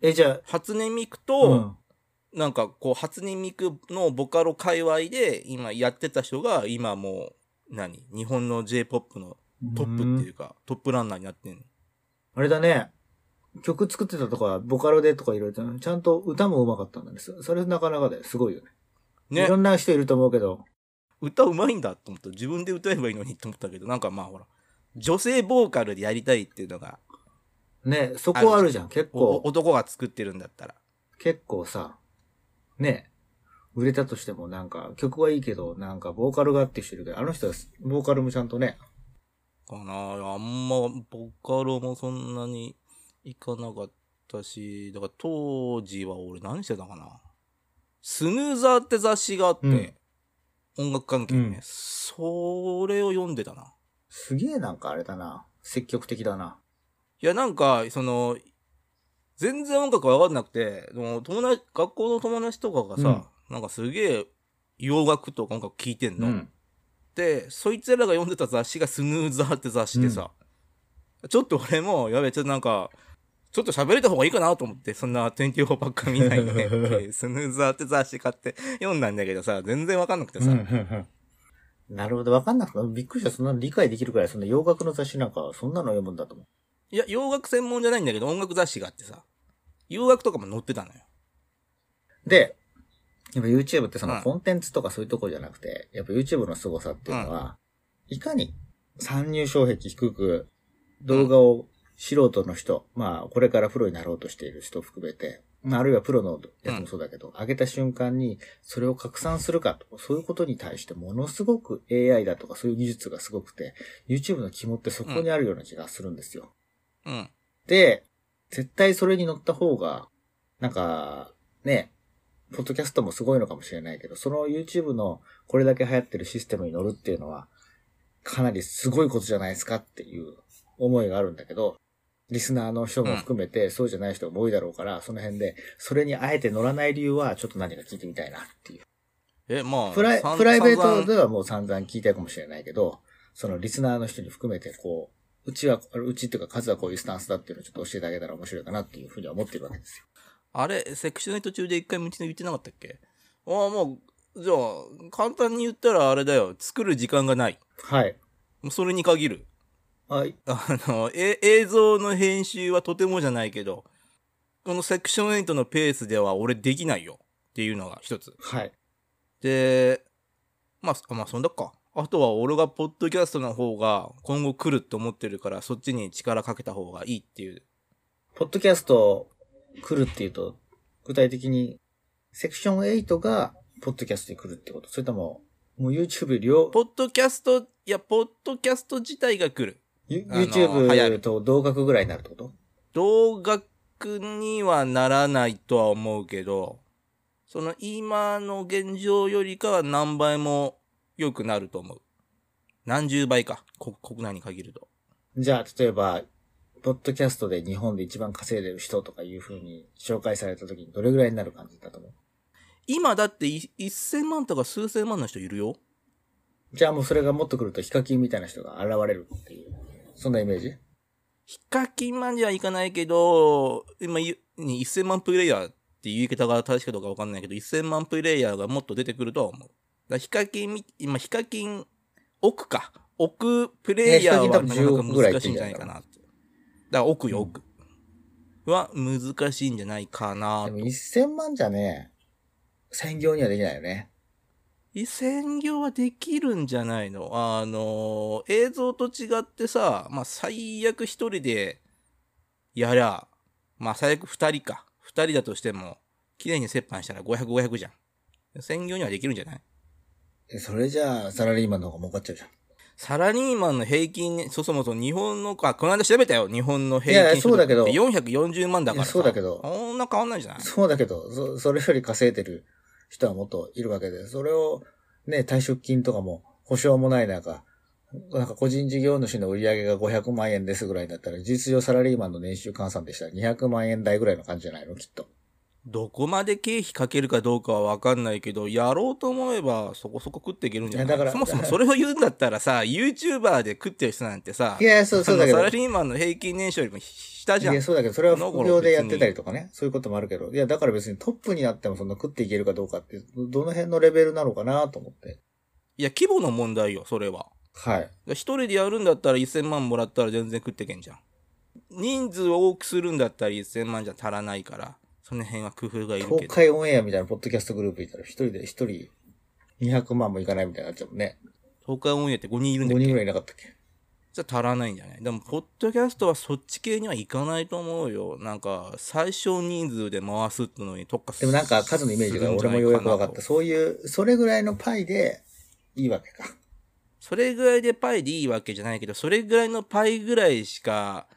[SPEAKER 1] え、じゃ
[SPEAKER 2] 初音ミク
[SPEAKER 1] あ、
[SPEAKER 2] と、なんかこう、初音ミクのボカロ界隈で今やってた人が、今もう、何日本の J-POP の
[SPEAKER 1] うん
[SPEAKER 2] トップっていうか、トップランナーになってんの。
[SPEAKER 1] あれだね。曲作ってたとか、ボカロでとかいろいろ、ちゃんと歌も上手かったんだね。そそれなかなかだよ。すごいよね。い
[SPEAKER 2] ね
[SPEAKER 1] ろ、んな人いると思うけど。
[SPEAKER 2] 歌うまいんだと思った。自分で歌えばいいのにと思ったけど、なんかまあほら、女性ボーカルでやりたいっていうのが、
[SPEAKER 1] ね、そこあるじゃん。結構、
[SPEAKER 2] お男が作ってるんだったら。
[SPEAKER 1] 結構さ、ね、売れたとしてもなんか、曲はいいけど、なんかボーカルがあっていう人いるけど、あの人はボーカルもちゃんとね、
[SPEAKER 2] かなあんま、ボカロもそんなにいかなかったし、だから当時は俺何してたかな。スヌーザーって雑誌があって、音楽関係ね、
[SPEAKER 1] うん
[SPEAKER 2] それを読んでたな。
[SPEAKER 1] すげえなんかあれだな。積極的だな。
[SPEAKER 2] いや、なんか、その、全然音楽わかんなくて、でも友達、学校の友達とかがさ、なんかすげえ洋楽とか音楽聴いてんの。。で、そいつらが読んでた雑誌がスヌーザーって雑誌でさ、ちょっと俺も、やべえ、ちょっとなんか、ちょっと喋れた方がいいかなと思って、そんな天法ばっか見ないで、 でスヌーザーって雑誌買って読んだんだけどさ、全然わかんなくてさ、
[SPEAKER 1] なるほど。わかんなくて、びっくりした。そんなの理解できるくらい、そんな洋楽の雑誌なんか、そんなの読むんだと思う。
[SPEAKER 2] いや、洋楽専門じゃないんだけど、音楽雑誌があってさ、洋楽とかも載ってたのよ。
[SPEAKER 1] で、やっぱ YouTube ってその
[SPEAKER 2] うん
[SPEAKER 1] コンテンツとかそういうとこじゃなくて、やっぱ YouTube の凄さっていうのは、いかに参入障壁低く動画を素人の人、まあこれからプロになろうとしている人含めて、まああるいはプロのやつもそうだけど、上げた瞬間にそれを拡散するかと、そういうことに対してものすごく AI だとかそういう技術がすごくて、YouTube の肝ってそこにあるような気がするんですよ。
[SPEAKER 2] うん。
[SPEAKER 1] で、絶対それに乗った方が、なんか、ね、ポッドキャストもすごいのかもしれないけど、その YouTube のこれだけ流行ってるシステムに乗るっていうのは、かなりすごいことじゃないですかっていう思いがあるんだけど、リスナーの人も含めて、そうじゃない人も多いだろうから、その辺で、それにあえて乗らない理由は、ちょっと何か聞いてみたいなっていう。
[SPEAKER 2] え、まあ、
[SPEAKER 1] プライ
[SPEAKER 2] さん
[SPEAKER 1] プライベー
[SPEAKER 2] 散々
[SPEAKER 1] トではもう散々聞いたかもしれないけど、そのリスナーの人に含めて、こう、うちは、うちっていうか数はこういうスタンスだっていうのをちょっと教えてあげたら面白いかなっていうふうには思ってるわけですよ。
[SPEAKER 2] あれ、セクションの途中で一回道の言ってなかったっけああ、もう、じゃあ、簡単に言ったらあれだよ。作る時間がない。
[SPEAKER 1] はい。
[SPEAKER 2] もうそれに限る。
[SPEAKER 1] はい。
[SPEAKER 2] あの、え映像の編集はとてもじゃないけど、このセクション8のペースでは俺できないよ。っていうのが一つ。
[SPEAKER 1] はい。
[SPEAKER 2] で、まあ、そまあ、そんだっか。あとは俺がポッドキャストの方が今後来ると思ってるから、そっちに力かけた方がいいっていう。
[SPEAKER 1] ポッドキャスト来るっていうと、具体的に、セクション8が、ポッドキャストに来るってことそれとも、もう YouTube 両、
[SPEAKER 2] ポッドキャスト、いや、ポッドキャスト自体が来る。
[SPEAKER 1] ゆ
[SPEAKER 2] あの流行
[SPEAKER 1] YouTube
[SPEAKER 2] る
[SPEAKER 1] と同額ぐらいになるってこと
[SPEAKER 2] 同額にはならないとは思うけど、その今の現状よりかは何倍も良くなると思う。何十倍か。国国内に限ると。
[SPEAKER 1] じゃあ、例えば、ポッドキャストで日本で一番稼いでる人とかいう風に紹介された時にどれぐらいになる感じだと思う
[SPEAKER 2] 今だってい1000万とか数千万の人いるよ。
[SPEAKER 1] じゃあもうそれがもっと来るとヒカキンみたいな人が現れるっていう。そんなイメージ
[SPEAKER 2] ヒカキンまではいかないけど、今言う、に1000万プレイヤーっていう言い方が正しいかどうかわかんないけど、1000万プレイヤーがもっと出てくるとは思う。だからヒカキンみ、今ヒカキン、奥か。奥プレイヤーはなかなか難しいんじゃないかなって。だから奥よ、奥。は難しいんじゃないかな
[SPEAKER 1] で。も1000万じゃね、専業にはできないよね。
[SPEAKER 2] 専業はできるんじゃないのあの、映像と違ってさ、まあ、最悪一人でやりゃ、まあ、最悪二人か。二人だとしても、綺麗に折半したら500、500じゃん。専業にはできるんじゃない
[SPEAKER 1] えそれじゃあサラリーマンの方が儲かっちゃうじゃん。
[SPEAKER 2] サラリーマンの平均ね、そそもそも日本の、あ、この間調べたよ。日本の平均所得って
[SPEAKER 1] いやい
[SPEAKER 2] 440万だからさ。
[SPEAKER 1] いやそうだけど
[SPEAKER 2] そんな変わんないんじゃな い
[SPEAKER 1] そうだけど、そそれより稼いでる人はもっといるわけで、それをね、退職金とかも保証もない中、なんか個人事業主の売り上げが500万円ですぐらいだったら、事実上サラリーマンの年収換算でしたら200万円台ぐらいの感じじゃないのきっと。
[SPEAKER 2] どこまで経費かけるかどうかは分かんないけど、やろうと思えばそこそこ食っていけるんじゃ
[SPEAKER 1] い
[SPEAKER 2] な
[SPEAKER 1] や
[SPEAKER 2] い
[SPEAKER 1] だから
[SPEAKER 2] そもそもそれを言うんだったらさ、YouTuber で食ってる人なんてさ、
[SPEAKER 1] い や、そう、そうだ
[SPEAKER 2] あの
[SPEAKER 1] けど
[SPEAKER 2] サ。ラリーマンの平均年収よりも下じゃ
[SPEAKER 1] い
[SPEAKER 2] ん。
[SPEAKER 1] や、そうだけど、それは副業でやってたりとかね。そういうこともあるけど。いや、だから別にトップになってもそんな食っていけるかどうかって、どの辺のレベルなのかなと思って。
[SPEAKER 2] いや、規模の問題よ、それは。
[SPEAKER 1] はい。
[SPEAKER 2] 一人でやるんだったら1000万もらったら全然食ってけんじゃん。人数を多くするんだったら1000万じゃ足らないから、その辺は工夫がいるけ
[SPEAKER 1] 東
[SPEAKER 2] ど。
[SPEAKER 1] 海オンエアみたいなポッドキャストグループいたら、一人で、一人200万もいかないみたいになっちゃうもんね。
[SPEAKER 2] 東海オンエアって5人い
[SPEAKER 1] 5
[SPEAKER 2] るんだっ
[SPEAKER 1] 人
[SPEAKER 2] け
[SPEAKER 1] ぐらいいなかったっけ
[SPEAKER 2] じゃ足らないんじゃないでも、ポッドキャストはそっち系にはいかないと思うよ。なんか、最小人数で回すってのに特化す
[SPEAKER 1] でもなんか数のイメージが俺もようやく分かった。。そういう、それぐらいのパイで、いいわけか。
[SPEAKER 2] それぐらいでパイでいいわけじゃないけど、それぐらいのパイぐらいしか、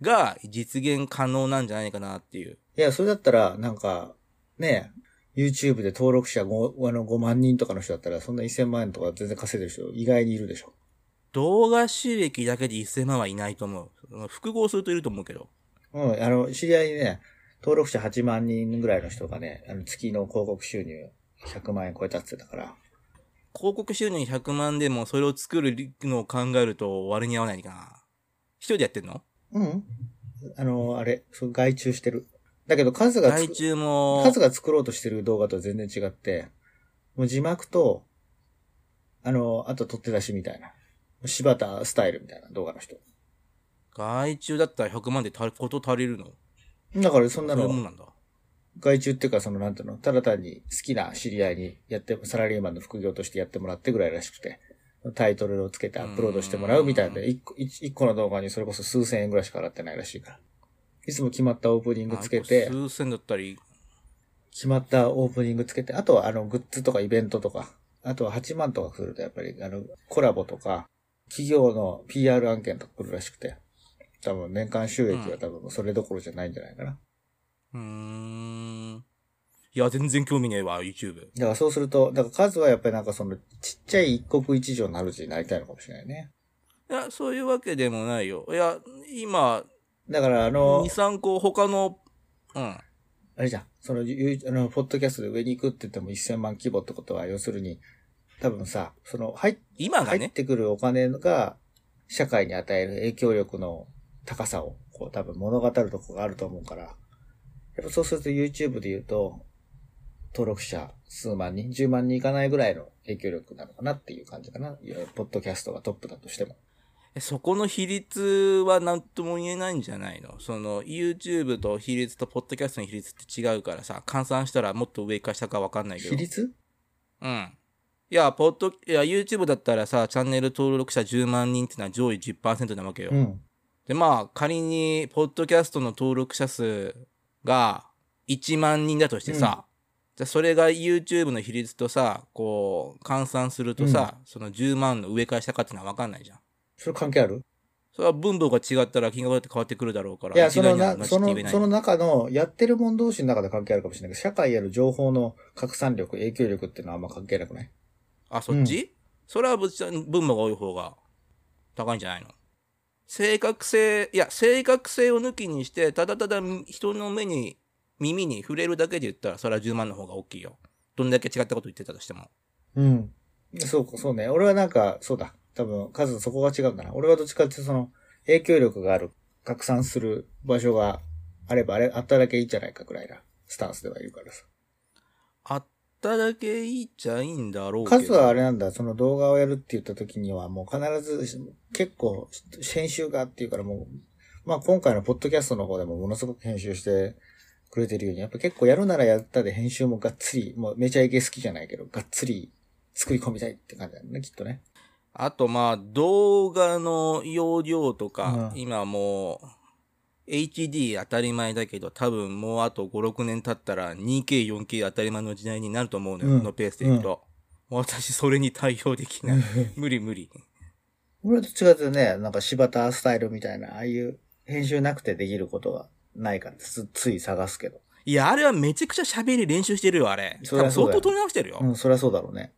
[SPEAKER 2] が実現可能なんじゃないかなっていう。
[SPEAKER 1] いや、それだったら、なんか、ね、YouTube で登録者 5, あの5万人とかの人だったら、そんな1000万円とか全然稼いでる人、意外にいるでしょ。
[SPEAKER 2] 動画収益だけで1000万はいないと思う。複合するといると思うけど。
[SPEAKER 1] うん、あの、知り合いにね、登録者8万人ぐらいの人がね、あの月の広告収入100万円超えたって言ってたから。
[SPEAKER 2] 広告収入100万でもそれを作るのを考えると割に合わないかな。一人でやってんの
[SPEAKER 1] うん。あの、あれ、そう外注してる。だけど数がつ
[SPEAKER 2] 外
[SPEAKER 1] く、
[SPEAKER 2] 注も。
[SPEAKER 1] 数が作ろうとしてる動画とは全然違って、もう字幕と、あの、あと取って出しみたいな。柴田スタイルみたいな動画の人。
[SPEAKER 2] 外注だったら100万で足りこと足りるの
[SPEAKER 1] だからそんな
[SPEAKER 2] そういうもん
[SPEAKER 1] の、
[SPEAKER 2] なんだ。
[SPEAKER 1] 外注っていうかそのなんていうの、ただ単に好きな知り合いにやって、サラリーマンの副業としてやってもらってぐらいらしくて、タイトルをつけてアップロードしてもらうみたいで、一個一一個の動画にそれこそ数千円ぐらいしか払ってないらしいから。いつも決まったオープニングつけて、
[SPEAKER 2] 数千だったり、
[SPEAKER 1] 決まったオープニングつけて、あとはあのグッズとかイベントとか、あとは8万とか来るとやっぱりあのコラボとか、企業の PR 案件とか来るらしくて、多分年間収益は多分それどころじゃないんじゃないかな。
[SPEAKER 2] うーん。いや、全然興味ねえわ、YouTube。
[SPEAKER 1] だからそうすると、だから数はやっぱりなんかそのちっちゃい一国一城の主になりたいのかもしれないね。
[SPEAKER 2] いや、そういうわけでもないよ。いや、今、
[SPEAKER 1] だからあ
[SPEAKER 2] 2、
[SPEAKER 1] の、
[SPEAKER 2] 3個他の、うん。
[SPEAKER 1] あれじゃん、その、ゆあの、ポッドキャストで上に行くって言っても1000万規模ってことは、要するに、多分さ、その、入っ
[SPEAKER 2] 今が
[SPEAKER 1] 入っ
[SPEAKER 2] ね、
[SPEAKER 1] てくるお金が社会に与える影響力の高さをこう多分物語るとこがあると思うから、やっぱそうすると YouTube で言うと、登録者数万人、10万人いかないぐらいの影響力なのかなっていう感じかな。いやポッドキャストがトップだとしても。
[SPEAKER 2] そこの比率は何とも言えないんじゃないのその、YouTube と比率と、ポッドキャストの比率って違うからさ、換算したらもっと上か下か分かんないけど。
[SPEAKER 1] 比率
[SPEAKER 2] うん。いや、ポッド、いや、YouTube だったらさ、チャンネル登録者10万人ってのは上位10%なわけよ。
[SPEAKER 1] うん。
[SPEAKER 2] で、まあ、仮に、ポッドキャストの登録者数が1万人だとしてさ、じゃあそれが YouTube の比率とさ、こう、換算するとさ、その10万の上から下かってのは分かんないじゃん。
[SPEAKER 1] それ関係ある
[SPEAKER 2] それは分母が違ったら金額だって変わってくるだろうから、
[SPEAKER 1] いや、その
[SPEAKER 2] 一概
[SPEAKER 1] な
[SPEAKER 2] に、は
[SPEAKER 1] そ
[SPEAKER 2] 同じって言え
[SPEAKER 1] の、
[SPEAKER 2] ない
[SPEAKER 1] その中の、やってるもん同士の中で関係あるかもしれないけど、社会への情報の拡散力、影響力っていうのはあんま関係なくない
[SPEAKER 2] あ、そっち、それはぶっちゃ分母が多い方が高いんじゃないの正確性、いや、正確性を抜きにして、ただただ人の目に、耳に触れるだけで言ったら、それは10万の方が大きいよ。どんだけ違ったこと言ってたとしても。
[SPEAKER 1] うん。そうか、そうね。俺はなんか、そうだ。多分、数のそこが違うんだな。俺はどっちかっていうとその、影響力がある、拡散する場所があれば、あれ、あっただけいいんじゃないかくらいな、スタンスではいるからさ。
[SPEAKER 2] あっただけいいっちゃいいんだろうけど。
[SPEAKER 1] 数はあれなんだ、その動画をやるって言った時には、もう必ず、結構、編集がっていうからもう、まあ今回のポッドキャストの方でもものすごく編集してくれてるように、やっぱ結構やるならやったで編集もがっつり、もうめちゃいけ好きじゃないけど、がっつり作り込みたいって感じだよね、きっと ね。
[SPEAKER 2] あとまあ動画の容量とか、
[SPEAKER 1] うん
[SPEAKER 2] 今もう HD 当たり前だけど多分もうあと5、6年経ったら 2K、4K 当たり前の時代になると思うのよ、
[SPEAKER 1] うん
[SPEAKER 2] このペースでいくと。もう私それに対応できない。無理無理。
[SPEAKER 1] 俺と違ってね、なんか柴田スタイルみたいな、ああいう編集なくてできることがないからつ、つい探すけど。
[SPEAKER 2] いや、あれはめちゃくちゃ喋り練習してるよ、あれ。
[SPEAKER 1] そ
[SPEAKER 2] 多
[SPEAKER 1] りゃ
[SPEAKER 2] 分
[SPEAKER 1] そうだ
[SPEAKER 2] 相当
[SPEAKER 1] よ
[SPEAKER 2] 取り直してるよ。
[SPEAKER 1] うん、そりゃそうだろうね。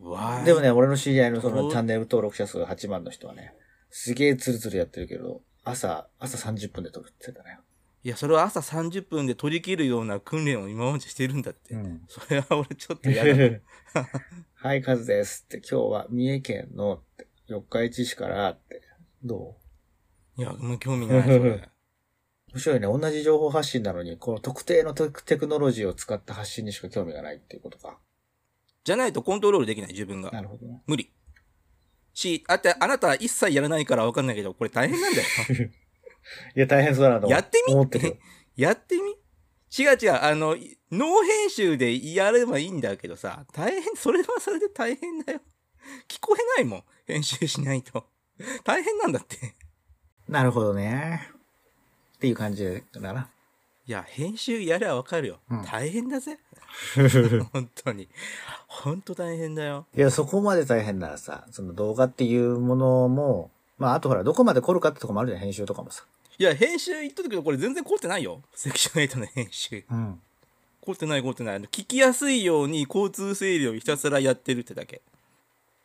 [SPEAKER 2] わーい
[SPEAKER 1] でもね、俺の知り合いのそ
[SPEAKER 2] そ
[SPEAKER 1] の
[SPEAKER 2] う
[SPEAKER 1] チャンネル登録者数8万の人はね、すげえツルツルやってるけど、朝、朝30分で撮るって言ってたね。
[SPEAKER 2] いや、それは朝30分で取り切るような訓練を今までしてるんだって。
[SPEAKER 1] ん。
[SPEAKER 2] それは俺ちょっと嫌だ。
[SPEAKER 1] はい、カズですって、今日は三重県のって四日市市からって、ど
[SPEAKER 2] いや、もう興味ない、そ れ。
[SPEAKER 1] う面白いね。同じ情報発信なのに、この特定のテクテクノロジーを使った発信にしか興味がないっていうことか。
[SPEAKER 2] じゃないとコントロールできない、自分が。
[SPEAKER 1] なるほどね。
[SPEAKER 2] 無理。し、あって、あなたは一切やらないからわかんないけど、これ大変なんだ よ。
[SPEAKER 1] いや、大変そうだなと思
[SPEAKER 2] やってみ
[SPEAKER 1] 思ってるよ。
[SPEAKER 2] やってみ違う違う、あの、い脳編集でやればいいんだけどさ、大変、それはそれで大変だよ。聞こえないもん、編集しないと。大変なんだって。
[SPEAKER 1] なるほどね。っていう感じだ な。
[SPEAKER 2] いや、編集やればわかるよ。
[SPEAKER 1] うん
[SPEAKER 2] 大変だぜ。本当に。本当大変だよ。
[SPEAKER 1] いや、そこまで大変ならさ、その動画っていうものも、まあ、あとほら、どこまで凝るかってとこもあるじゃん、編集とかもさ。
[SPEAKER 2] いや、編集言っとくけど、これ全然凍ってないよ。セクション8の編集。
[SPEAKER 1] うん。
[SPEAKER 2] 凍ってない凍ってない。あの聞きやすいように交通整理をひたすらやってるってだけ。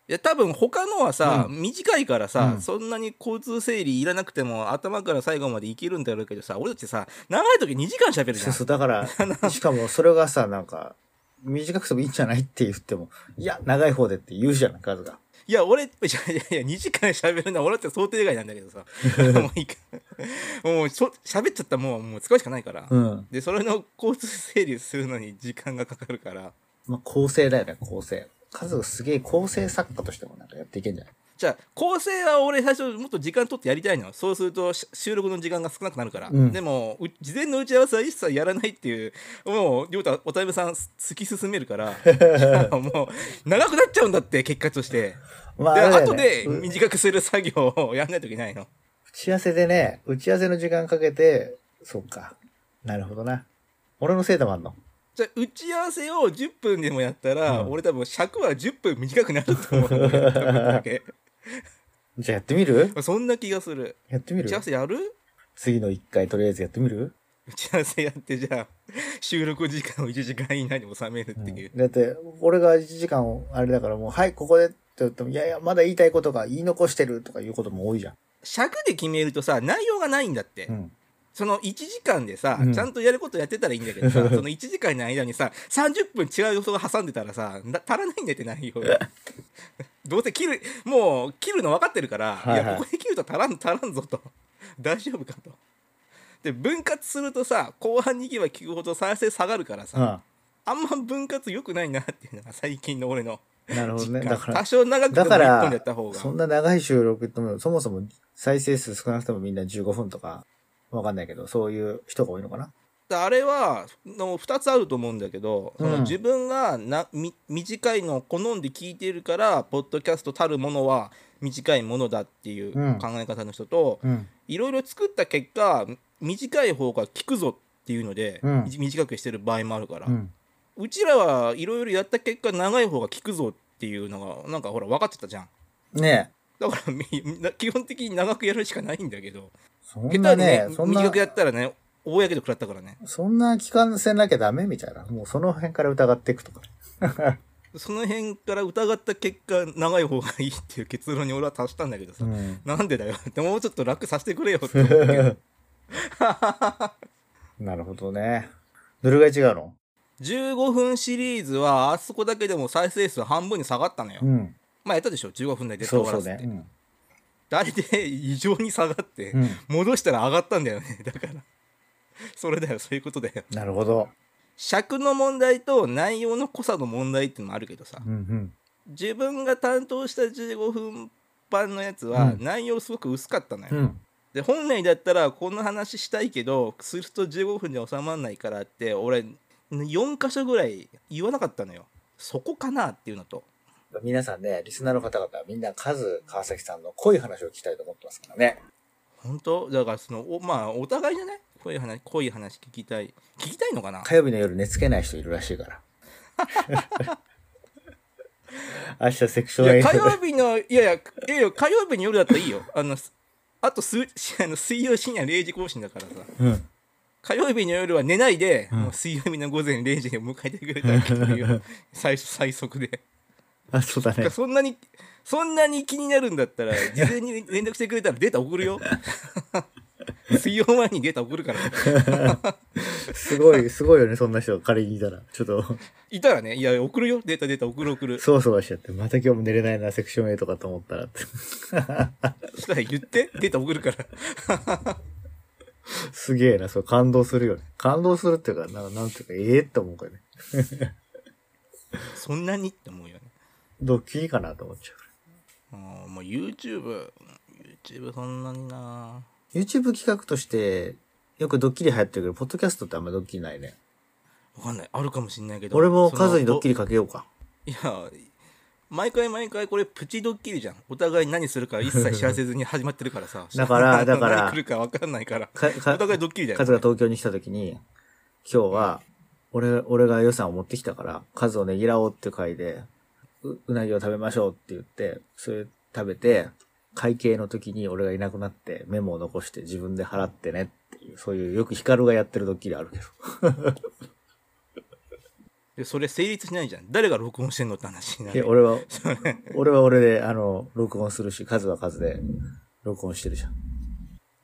[SPEAKER 2] いや、多分他のはさ、
[SPEAKER 1] う
[SPEAKER 2] 短いからさ、
[SPEAKER 1] うん
[SPEAKER 2] そんなに交通整理いらなくても頭から最後までいけるんだろうけどさ、俺たちさ、長い時2時間喋るじゃ。
[SPEAKER 1] そうんそう、だ から、しかもそれがさ、なんか、短くてもいいんじゃないって言っても、いや、長い方でって言うじゃん、数が。
[SPEAKER 2] いや、俺、い やいやいや、2時間喋るのは俺だって想定外なんだけ どさ。もういいか。もうしょ喋っちゃったらもう、もう使うしかないから。
[SPEAKER 1] うん。
[SPEAKER 2] で、それの交通整理するのに時間がかかるから。
[SPEAKER 1] まあ、構成だよね、構成。数がすげえ構成作家としてもなんかやっていけんじゃない
[SPEAKER 2] じゃあ構成は俺最初もっと時間取ってやりたいのそうするとし収録の時間が少なくなるから、
[SPEAKER 1] うん
[SPEAKER 2] でもう事前の打ち合わせは一切やらないっていうもう亮太渡辺さんす突き進める からもう長くなっちゃうんだって結果として
[SPEAKER 1] ま
[SPEAKER 2] で
[SPEAKER 1] れだよ
[SPEAKER 2] 後
[SPEAKER 1] ね
[SPEAKER 2] で短くする作業をやらないといけないの
[SPEAKER 1] 打ち合わせでね、打ち合わせの時間かけて、そっか。なるほどな。俺のせいでもあんの。
[SPEAKER 2] じゃあ打ち合わせを10分でもやったら、
[SPEAKER 1] うん
[SPEAKER 2] 俺多分尺は10分短くなると思うんだ け
[SPEAKER 1] じゃあやってみる
[SPEAKER 2] そんな気がする
[SPEAKER 1] やってみ
[SPEAKER 2] 打
[SPEAKER 1] る
[SPEAKER 2] ち合わせやる
[SPEAKER 1] 次の一回とりあえずやってみる
[SPEAKER 2] 打ち合わせやってじゃあ収録時間を1時間以内に収めるっていう、
[SPEAKER 1] だって、俺が1時間をあれだからもう、はい、ここでって言っても、いやいや、まだ言いたいことが言い残してるとかいうことも多いじゃん。
[SPEAKER 2] 尺で決めるとさ内容がないんだって、
[SPEAKER 1] うん。
[SPEAKER 2] その1時間でさ、
[SPEAKER 1] うん
[SPEAKER 2] ちゃんとやることやってたらいいんだけどさその1時間の間にさ30分違う予想が挟んでたらさな足らないんだって 内容がどうせ切るもう切るの分かってるから、
[SPEAKER 1] はいいはい
[SPEAKER 2] やここで切ると足らん足らんぞと 大丈夫かとで分割するとさ後半に行けば聞くほど再生下がるからさ、
[SPEAKER 1] うん。
[SPEAKER 2] あんま分割良くないなっていうのが最近の俺の
[SPEAKER 1] なるほどね。だか
[SPEAKER 2] 多
[SPEAKER 1] ら、
[SPEAKER 2] 少長くて
[SPEAKER 1] だ
[SPEAKER 2] も
[SPEAKER 1] か
[SPEAKER 2] 1分でやった
[SPEAKER 1] ら
[SPEAKER 2] 方、が
[SPEAKER 1] そんな長い収録っても、そもそも再生数少なくてもみんな15分とか、わかんないけど、そういう人が多いのかな。
[SPEAKER 2] だあれはの2つあると思うんだけど、
[SPEAKER 1] うん
[SPEAKER 2] その自分がなみ短いのを好んで聞いてるからポッドキャストたるものは短いものだっていう
[SPEAKER 1] うん
[SPEAKER 2] 考え方の人と
[SPEAKER 1] うん。
[SPEAKER 2] いろいろ作った結果短い方が効くぞっていうので、
[SPEAKER 1] うん
[SPEAKER 2] み短くしてる場合もあるから、
[SPEAKER 1] う。
[SPEAKER 2] うんちらはいろいろやった結果長い方が効くぞっていうのがなんかほら分かってたじゃん
[SPEAKER 1] ねえ。
[SPEAKER 2] だからみな基本的に長くやるしかないんだけど
[SPEAKER 1] そ
[SPEAKER 2] 下手
[SPEAKER 1] ん
[SPEAKER 2] に
[SPEAKER 1] なね、
[SPEAKER 2] ね
[SPEAKER 1] そんな
[SPEAKER 2] 短、くやったらね大やけど食らったからね
[SPEAKER 1] そんな聞かせなきゃダメみたいな。もうその辺から疑っていくとか。
[SPEAKER 2] その辺から疑った結果長い方がいいっていう結論に俺は達したんだけどさ、
[SPEAKER 1] ん。
[SPEAKER 2] なんでだよってもうちょっと楽させてくれよって思うけど
[SPEAKER 1] なるほどね。どれぐらい違うの
[SPEAKER 2] 15分シリーズはあそこだけでも再生数半分に下がったのよ、
[SPEAKER 1] うん。
[SPEAKER 2] まあやったでしょ15分台で終
[SPEAKER 1] そう
[SPEAKER 2] わ
[SPEAKER 1] そ
[SPEAKER 2] ら
[SPEAKER 1] うね
[SPEAKER 2] せて、。
[SPEAKER 1] うん
[SPEAKER 2] あれで異常に下がって、
[SPEAKER 1] うん。
[SPEAKER 2] 戻したら上がったんだよねだ からそれだよそういうことだよ
[SPEAKER 1] なるほど。
[SPEAKER 2] 尺の問題と内容の濃さの問題ってのもあるけどさ、
[SPEAKER 1] うんうん。
[SPEAKER 2] 自分が担当した15分版のやつは
[SPEAKER 1] うん
[SPEAKER 2] 内容すごく薄かったのよ、
[SPEAKER 1] うん。
[SPEAKER 2] で本来だったらこの話したいけどすると15分で収まらないからって俺4箇所ぐらい言わなかったのよそこかなっていうのと
[SPEAKER 1] 皆さんね、リスナーの方々はみんなカズ川崎さんの濃い話を聞きたいと思ってますからね。
[SPEAKER 2] 本当だからそのおまあお互いじゃないこういう話こういう話聞きたい聞きたいのかな
[SPEAKER 1] 火曜日の夜寝つけない人いるらしい から。明日セクシ
[SPEAKER 2] い
[SPEAKER 1] ョン
[SPEAKER 2] や
[SPEAKER 1] 8
[SPEAKER 2] 火曜日のいやいやいやいや火曜日の夜だったらいいよあのすあとすあの水曜深夜0時更新だからさ
[SPEAKER 1] うん。
[SPEAKER 2] 火曜日の夜は寝ないで、
[SPEAKER 1] うん
[SPEAKER 2] もう水曜日の午前0時に迎えてくれたらという 最最速で。
[SPEAKER 1] あ、そうだね。
[SPEAKER 2] そんなに、 そんなに気になるんだったら、事前に連絡してくれたらデータ送るよ。 水曜前にデータ送るから、ね。
[SPEAKER 1] すごい、すごいよね、そんな人が仮にいたら。ちょっと、
[SPEAKER 2] いたらね、いや、送るよ。データ、データ、送る、送る。
[SPEAKER 1] そわそわしちゃって、また今日も寝れないな、セクション A とかと思ったらって。
[SPEAKER 2] そしたら言って、データ送るから。
[SPEAKER 1] すげえな、そう、感動するよね。感動するっていうか、ななんていうか、ええって思うからね。
[SPEAKER 2] そんなにって思うよね。
[SPEAKER 1] ドッキリかなと思っちゃ
[SPEAKER 2] あーもう YouTube、YouTube そんなにな
[SPEAKER 1] う。YouTube 企画として、よくドッキリ流行ってるけど、ポッドキャストってあんまドッキリないね。
[SPEAKER 2] わかんない。あるかもしんないけど。
[SPEAKER 1] 俺も数にドッキ
[SPEAKER 2] リ。
[SPEAKER 1] リかけようか。。
[SPEAKER 2] いや、毎回毎回これプチドッキリじゃん。お互い何するか一切知らせずに始まってるからさ
[SPEAKER 1] だからだから
[SPEAKER 2] 何来るかわかんないから。
[SPEAKER 1] か
[SPEAKER 2] お
[SPEAKER 1] か
[SPEAKER 2] 互いドッキリだよ
[SPEAKER 1] カ。ズが東京に来た時に、今日は、俺、俺が予算を持ってきたから、カズをねぎらおうっていう回で、う、うなぎを食べましょうって言って、それ食べて、会計の時に俺がいなくなって、メモを残して自分で払ってねっていう、そういう、よくヒカルがやってるドッキリあるけど。
[SPEAKER 2] で、それ成立しないじゃん。誰が録音してんのって話にない
[SPEAKER 1] や、
[SPEAKER 2] る。
[SPEAKER 1] 俺は、俺は俺で、あの、録音するし、数は数で、録音してるじゃん。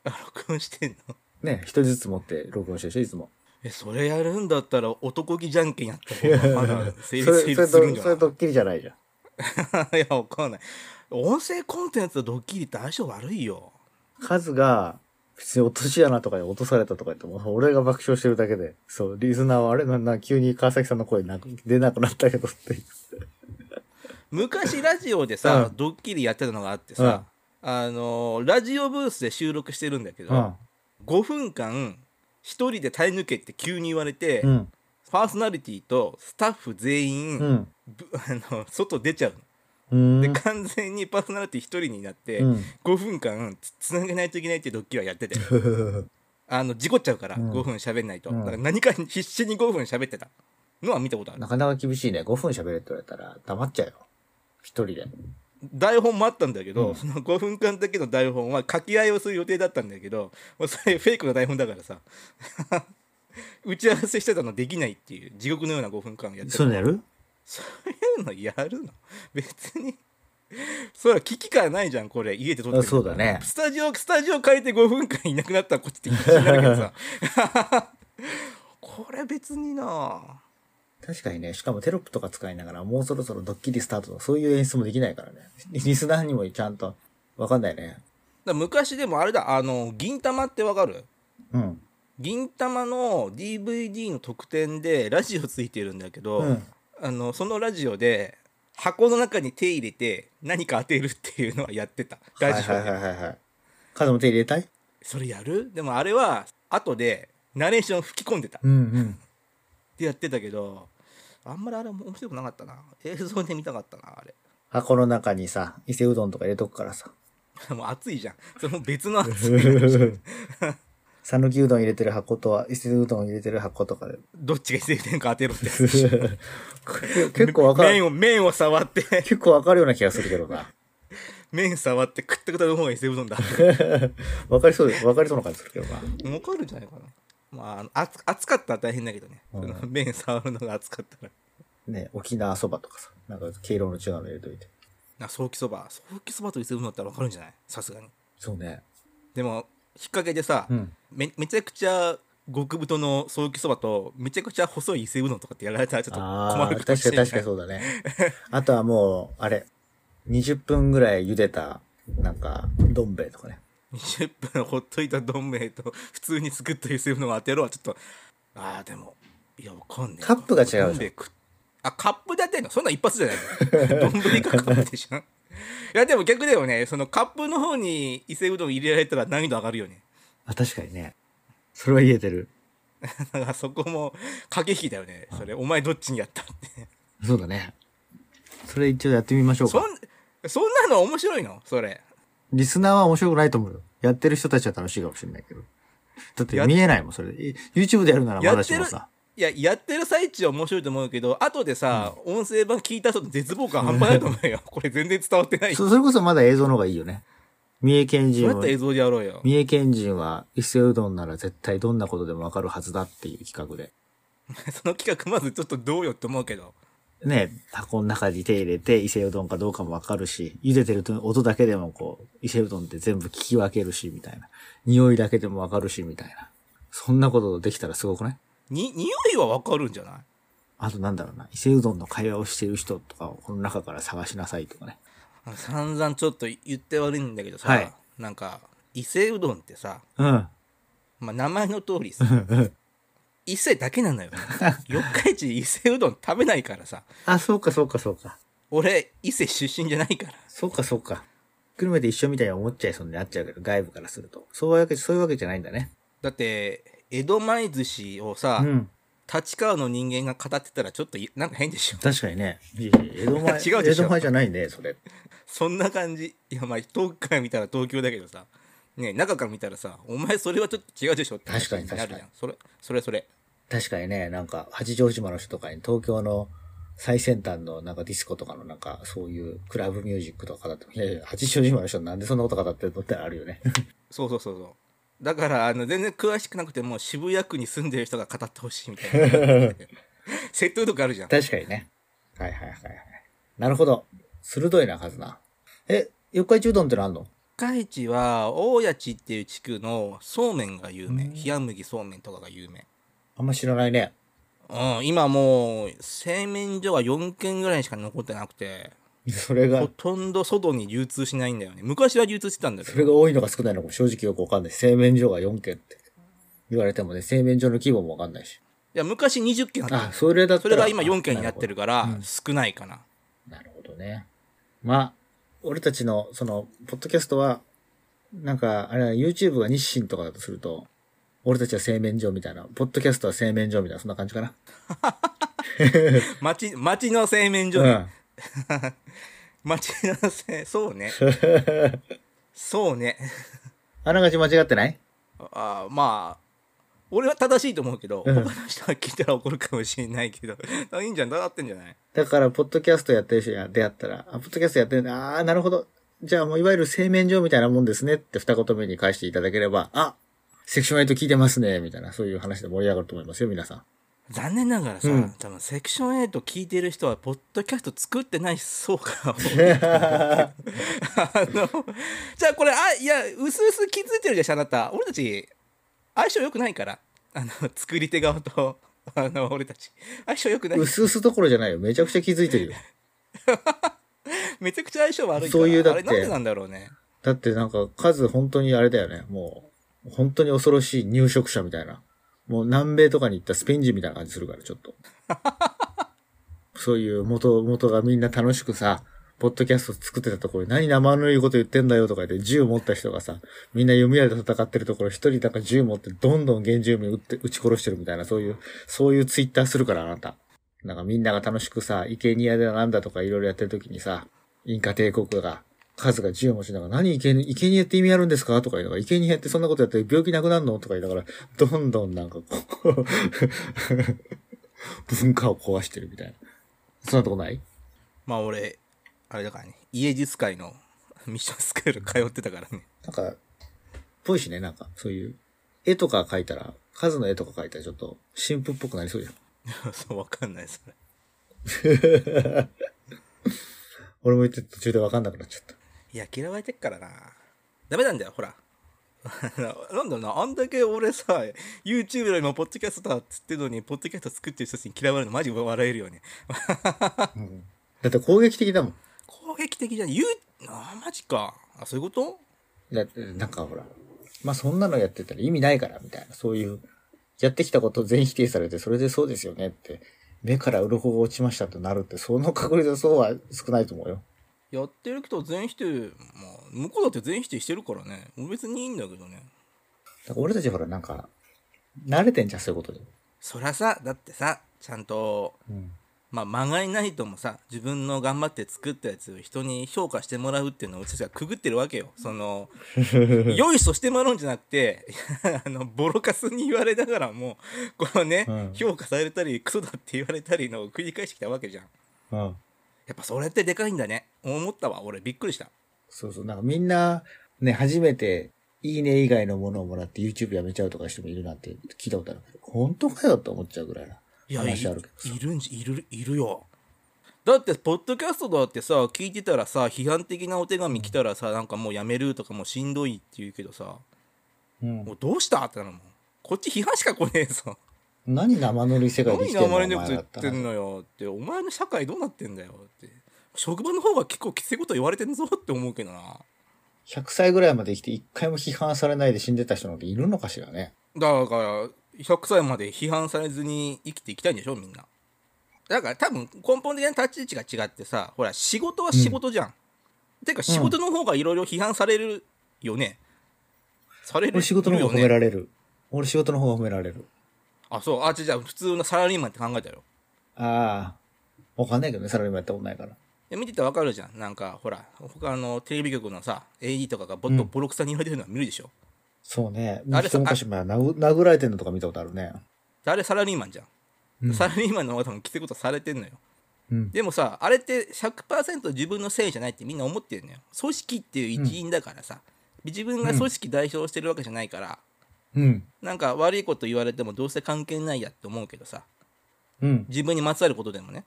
[SPEAKER 2] あ、録音してんの
[SPEAKER 1] ね、一人ずつ持って録音してるでしょ、いつも。
[SPEAKER 2] え、それやるんだったら男気じゃんけんやった方がまだ
[SPEAKER 1] そ
[SPEAKER 2] 成
[SPEAKER 1] れ、
[SPEAKER 2] 立
[SPEAKER 1] そ
[SPEAKER 2] 成
[SPEAKER 1] れ
[SPEAKER 2] 立するんじゃ
[SPEAKER 1] そ
[SPEAKER 2] な
[SPEAKER 1] れ
[SPEAKER 2] い
[SPEAKER 1] ドッキリじゃないじゃん。
[SPEAKER 2] いや、わかんない。音声コンテンツとドッキリって相性悪いよ。
[SPEAKER 1] 数が、別に落とし穴とかに落とされたとか言っても、俺が爆笑してるだけで、そう、リスナーはあれなんな、急に川崎さんの声なく出なくなったけどっていう。
[SPEAKER 2] 昔ラジオでさ、
[SPEAKER 1] うん
[SPEAKER 2] ドッキリやってたのがあってさ、あのーラジオブースで収録してるんだけど、5分間一人で耐え抜けって急に言われて、
[SPEAKER 1] うん。
[SPEAKER 2] パーソナリティとスタッフ全員、
[SPEAKER 1] うん。
[SPEAKER 2] ぶあの外出ちゃう
[SPEAKER 1] うん。
[SPEAKER 2] ので完全にパーソナリティ一人になって、
[SPEAKER 1] うん
[SPEAKER 2] 5分間つつなげないといけないっていうドッキリは やっててあの事故っちゃうから、
[SPEAKER 1] うん
[SPEAKER 2] 5分喋んないと、
[SPEAKER 1] うん
[SPEAKER 2] だから何かに必死に5分喋ってたのは見たことある
[SPEAKER 1] なかなか厳しいね。5分喋れって言われたら、黙っちゃうよ。一人で。
[SPEAKER 2] 台本もあったんだけど、
[SPEAKER 1] うん
[SPEAKER 2] その5分間だけの台本は書き合いをする予定だったんだけどもうそれフェイクの台本だからさ 打ち合わせしてたのできないっていう地獄のような5分間やって
[SPEAKER 1] そう
[SPEAKER 2] る
[SPEAKER 1] なる
[SPEAKER 2] そういうのやるの別にそりゃ危機感ないじゃんこれ家で撮って
[SPEAKER 1] あ
[SPEAKER 2] る
[SPEAKER 1] そうだね。
[SPEAKER 2] スタジオスタジオ借りて5分間いなくなったらこっちって必死になるけどさ これ別にな
[SPEAKER 1] 確かにね、しかもテロップとか使いながら、もうそろそろドッキリスタートとか、そういう演出もできないからね。リスナーにもちゃんと、わかんないね。
[SPEAKER 2] だから昔でもあれだあの銀玉ってわかる
[SPEAKER 1] うん。
[SPEAKER 2] 銀玉の DVD の特典でラジオついてるんだけど、
[SPEAKER 1] うん
[SPEAKER 2] あのそのラジオで箱の中に手入れて何か当てるっていうのはやってたラジオで、
[SPEAKER 1] はいはいはいはいはい。カズも手入れたい
[SPEAKER 2] それやるでもあれは後でナレーション吹き込んでたっ
[SPEAKER 1] うんうん。
[SPEAKER 2] てやってたけどあんまりあれ面白くなかったな映像で見たかったなあれ
[SPEAKER 1] 箱の中にさ、伊勢うどんとか入れとくから さ。
[SPEAKER 2] もう熱いじゃんその別の熱い
[SPEAKER 1] 讃岐うどん入れてる箱とは、伊勢うどん入れてる箱とか で。
[SPEAKER 2] どっちがセーフ点か当てろって
[SPEAKER 1] 結構わかる。
[SPEAKER 2] 麺を麺を触って
[SPEAKER 1] 結構わかるような気がするけど な。
[SPEAKER 2] 麺触ってくったくたの方が伊勢うどんだ
[SPEAKER 1] わかりそうです。わかりそうな感じするけどな。
[SPEAKER 2] 儲かるんじゃないかなまああの暑暑かったら大変だけどね、
[SPEAKER 1] うん
[SPEAKER 2] その麺触るのが暑かったら
[SPEAKER 1] ね、沖縄そばとかさ。なんか、毛色の違うの入れといて。
[SPEAKER 2] なソーキそばソーキそばと伊勢うどんだったら分かるんじゃないさすがに
[SPEAKER 1] そうね。
[SPEAKER 2] でも引っ掛けでさ、
[SPEAKER 1] うん。
[SPEAKER 2] めめちゃくちゃ極太のソーキそばとめちゃくちゃ細い伊勢うどんとかってやられたらちょっと
[SPEAKER 1] あ
[SPEAKER 2] 困
[SPEAKER 1] あ、
[SPEAKER 2] る
[SPEAKER 1] 確
[SPEAKER 2] も
[SPEAKER 1] か
[SPEAKER 2] し
[SPEAKER 1] に
[SPEAKER 2] れない
[SPEAKER 1] 確かにそうだね。あとはもう、あれ、20分ぐらい茹でた、なんか、どん兵衛とかね。
[SPEAKER 2] 20分ほっといたどん兵衛と 普通に作った伊勢うどんを当てろはちょっとああでもいやわかんねえな
[SPEAKER 1] カップが違うじゃん
[SPEAKER 2] どん兵衛食っあカップで当てんのそんなん一発じゃないの どんぶりかカップでしょい やでも逆だよねそのカップの方に伊勢うどん入れられたら難易度上がるよね
[SPEAKER 1] あ、確かにね。それは言えてる。
[SPEAKER 2] だからそこも駆け引きだよねそれお前どっちにやったって
[SPEAKER 1] そうだね。それ一応やってみましょう
[SPEAKER 2] そん
[SPEAKER 1] か。
[SPEAKER 2] そんなの面白いのそれ
[SPEAKER 1] リスナーは面白くないと思うよ。やってる人たちは楽しいかもしれないけど。だって
[SPEAKER 2] やっ
[SPEAKER 1] 見えないもん、それ。え YouTube でやるなら
[SPEAKER 2] や
[SPEAKER 1] まだ
[SPEAKER 2] っ
[SPEAKER 1] しても
[SPEAKER 2] る
[SPEAKER 1] さ。
[SPEAKER 2] いややってる最中は面白いと思うけど後でさ、音声版聞いた後の絶望感半端ないと思うよこれ全然伝わってない
[SPEAKER 1] そそれこそまだ映像の方がいいよね。三重県
[SPEAKER 2] どう
[SPEAKER 1] 人
[SPEAKER 2] やった
[SPEAKER 1] は
[SPEAKER 2] ら映、像でやろうよ。
[SPEAKER 1] 三重県人は伊勢うどんなら絶対どんなことでもわかるはずだっていう企画で。
[SPEAKER 2] その企画まずちょっとどうよって思うけど。
[SPEAKER 1] ね、タコの中に手入れて、伊勢うどんかどうかもわかるし、茹でてると音だけでもこう、伊勢うどんって全部聞き分けるし、みたいな。匂いだけでもわかるし、みたいな。そんなことできたらすごくない
[SPEAKER 2] に、匂いはわかるんじゃない
[SPEAKER 1] あとなんだろうな、伊勢うどんの会話をしてる人とかをこの中から探しなさいとかね。
[SPEAKER 2] あの散々ちょっと言って悪いんだけどさ、
[SPEAKER 1] はい
[SPEAKER 2] なんか、伊勢うどんってさ、
[SPEAKER 1] うん。
[SPEAKER 2] まあ、名前の通 りさ、伊勢だけなのよ。四日市伊勢うどん食べないからさ、
[SPEAKER 1] あ、そうかそうかそうか。
[SPEAKER 2] 俺、伊勢出身じゃないから。
[SPEAKER 1] そうかそうか。久留米で一緒みたいに思っちゃいそうになっちゃうけど、外部からすると。そういうわけ、そういうわけじゃないんだね。
[SPEAKER 2] だって、江戸前寿司をさ、
[SPEAKER 1] うん。
[SPEAKER 2] 立川の人間が語ってたらちょっといなんか変でしょ。
[SPEAKER 1] 確かにね。いやいや江戸前。
[SPEAKER 2] 違うでしょ
[SPEAKER 1] 江戸前じゃないね、それ。
[SPEAKER 2] そんな感じ。いや、まあ、遠くから見たら東京だけどさ、ねえ中から見たらさ、お前それはちょっと違うでしょって話
[SPEAKER 1] 確かに
[SPEAKER 2] なるじゃん。それ、それそれ。
[SPEAKER 1] 確かにね、なんか、八丈島の人とかに東京の最先端のなんかディスコとかのなんか、そういうクラブミュージックとかだっても、いやいや、八丈島の人なんでそんなこと語ってるのってあるよね。
[SPEAKER 2] そうそうそうそう。だから、あの、全然詳しくなくても、渋谷区に住んでる人が語ってほしいみたい な。説得力あるじゃん。
[SPEAKER 1] 確かにね。はいはいはいはい。なるほど。鋭いな、カズナ。え、四日市うどんってのあんの
[SPEAKER 2] 深市は、大谷地っていう地区のそうめんが有名。冷麦そうめんとかが有名。
[SPEAKER 1] あんま知らないね。
[SPEAKER 2] うん、今もう、製麺所は4軒ぐらいしか残ってなくて、
[SPEAKER 1] それが
[SPEAKER 2] ほ、とんど外に流通しないんだよね。昔は流通してたんだけ
[SPEAKER 1] それ
[SPEAKER 2] ど。
[SPEAKER 1] が多いのか少ないのかも正直よくわかんない。製麺所が4軒って言われてもね、製麺所の規模もわかんないし。
[SPEAKER 2] いや、昔20軒あった
[SPEAKER 1] あ、それだった
[SPEAKER 2] そ
[SPEAKER 1] ら
[SPEAKER 2] れが今4軒になってるから、少ないかな。
[SPEAKER 1] なるほどね。まあ、俺たちの、その、ポッドキャストは、なんか、あれだ、YouTube が日清とかだとすると、俺たちは製麺所みたいな、ポッドキャストは製麺所みたいな、そんな感じかな。
[SPEAKER 2] 町、町の製麺所
[SPEAKER 1] う
[SPEAKER 2] ね。
[SPEAKER 1] ん。
[SPEAKER 2] 町のせそ うねそうね
[SPEAKER 1] あながち間違ってない
[SPEAKER 2] あまあ俺は正しいと思うけど、
[SPEAKER 1] うん
[SPEAKER 2] 他の人が聞いたら怒るかもしれないけど あいいんじゃんだってんじゃない
[SPEAKER 1] だから、ポッドキャストやってる人に出会ったら、あ、ポッドキャストやってるんだ、あーなるほど。じゃあもういわゆる製麺所みたいなもんですねって二言目に返していただければ、あ、セクション8聞いてますね、みたいな、そういう話で盛り上がると思いますよ、皆さん。
[SPEAKER 2] 残念ながらさ、
[SPEAKER 1] うん
[SPEAKER 2] 多分セクション8聞いてる人はポッドキャスト作ってないそ うかあのじゃあこれあいやうすうす気づいてるでしょあなた俺たち相性良くないからあの作り手側と あの俺たち相性良くないう
[SPEAKER 1] すうすどころじゃないよ。めちゃくちゃ気づいてるよ。
[SPEAKER 2] めちゃくちゃ相性悪いから
[SPEAKER 1] そういうだって
[SPEAKER 2] あれなんでなんだろうね
[SPEAKER 1] だってなんか数本当にあれだよね。もう、本当に恐ろしい入植者みたいな。もう南米とかに行ったスペイン人みたいな感じするから、ちょっと。そういう元、元がみんな楽しくさ、ポッドキャスト作ってたところに何生ぬるいこと言ってんだよとか言って銃持った人がさ、みんな弓矢で戦ってるところ一人なんか銃持ってどんどん原住民撃って、撃ち殺してるみたいな、そういう、そういうツイッターするからあなた。なんかみんなが楽しくさ、生贄だなんだとかいろいろやってる時にさ、インカ帝国が、数が10文字だから、何生贄、生贄って意味あるんですかとか言いながら、生贄ってそんなことやって病気なくなるのとか言いながら、どんどんなんかこう、 文化を壊してるみたいな。そんなとこない
[SPEAKER 2] まあ俺、あれだからね、イエジス会のミッションスクール通ってたからね。
[SPEAKER 1] なんか、ぽいしね、なんか、そういう、絵とか描いたら、数の絵とか描いたらちょっと、神父っぽくなりそうじゃん。
[SPEAKER 2] そう、わかんない、それ。
[SPEAKER 1] 俺も言って途中でわかんなくなっちゃった。
[SPEAKER 2] いや、嫌われてっからな。ダメなんだよ、ほら。 なんだろうな、あんだけ俺さ、YouTube よりもポッドキャストだっつってんのに、ポッドキャスト作ってる人たちに嫌われるのマジ笑えるよね。
[SPEAKER 1] だって攻撃的だもん。
[SPEAKER 2] 攻撃的じゃん。ゆあ、マジか。あ、そういうこと
[SPEAKER 1] だってなんかほら、まあそんなのやってたら意味ないからみたいな、そういう、やってきたことを全否定されて、それでそうですよねって、目から鱗が落ちましたとなるって、その確率はそうは少ないと思うよ。
[SPEAKER 2] やってる人全否定、まあ、向こうだって全否定してるからね。俺別にいいんだけどね。
[SPEAKER 1] だから俺たちほらなんか、慣れてんじゃん、そういうことに。
[SPEAKER 2] そらさ、だってさ、ちゃんと
[SPEAKER 1] うん。
[SPEAKER 2] まあ、まがいないともさ自分の頑張って作ったやつを人に評価してもらうっていうのをうちたちがくぐってるわけよ そのよいしょしてもらうんじゃなくて あのボロカスに言われながらもこのね、
[SPEAKER 1] うん
[SPEAKER 2] 評価されたりクソだって言われたりのを繰り返してきたわけじゃん
[SPEAKER 1] うん。
[SPEAKER 2] やっぱそれってでかいんだね思ったわ俺びっくりした
[SPEAKER 1] そうそう、なんかみんな、ね、初めて、いいね以外のものをもらって YouTube やめちゃうとか人もいるなんて聞いたことあるけど、本当かよって思っちゃうぐらいな。
[SPEAKER 2] いやい
[SPEAKER 1] 話あるけどさ
[SPEAKER 2] いるんじいるいるよだってポッドキャストだってさ聞いてたらさ批判的なお手紙来たらさなんかもうやめるとかもうしんどいって言うけどさ
[SPEAKER 1] うん
[SPEAKER 2] もうどうしたってなるもんこっち批判しか来ねえぞ
[SPEAKER 1] 何生乗り世界で生き
[SPEAKER 2] 何
[SPEAKER 1] てんの
[SPEAKER 2] 生
[SPEAKER 1] お前
[SPEAKER 2] れねえこと
[SPEAKER 1] だ
[SPEAKER 2] 言っ
[SPEAKER 1] った
[SPEAKER 2] て
[SPEAKER 1] ら
[SPEAKER 2] んのよってお前の社会どうなってんだよって職場の方が結構きついこと言われてんぞって思うけどな
[SPEAKER 1] 100歳ぐらいまで生きて一回も批判されないで死んでた人なんているのかしらね。
[SPEAKER 2] だから100歳まで批判されずに生きていきたいんでしょみんなだから多分根本的な立ち位置が違ってさほら仕事は仕事じゃん、てか仕事の方がいろいろ批判されるよね、されるよ、
[SPEAKER 1] 俺
[SPEAKER 2] ね、
[SPEAKER 1] 仕事の方が褒められる。俺仕事の方が褒められる。
[SPEAKER 2] あそうあじゃあ普通のサラリーマンって考えたよ
[SPEAKER 1] ああ。わかんないけどね、サラリーマンやったことないから。
[SPEAKER 2] いや見てたらわかるじゃんなんかほら他のテレビ局のさ AD とかがボッと
[SPEAKER 1] うん
[SPEAKER 2] ボロクソに言われてるのは見るでしょ、
[SPEAKER 1] そうね。
[SPEAKER 2] あれ
[SPEAKER 1] 一昔前、殴殴られてんのとか見たことあるね。
[SPEAKER 2] であれサラリーマンじゃん、
[SPEAKER 1] うん
[SPEAKER 2] サラリーマンの方が多分きついことされてんのよ
[SPEAKER 1] うん。
[SPEAKER 2] でもさあれって100%自分のせいじゃないってみんな思ってるのよ組織っていう一員だからさ、自分が組織代表してるわけじゃないから、
[SPEAKER 1] うん。
[SPEAKER 2] なんか悪いこと言われてもどうせ関係ないやって思うけどさ
[SPEAKER 1] うん。
[SPEAKER 2] 自分にまつわることでもね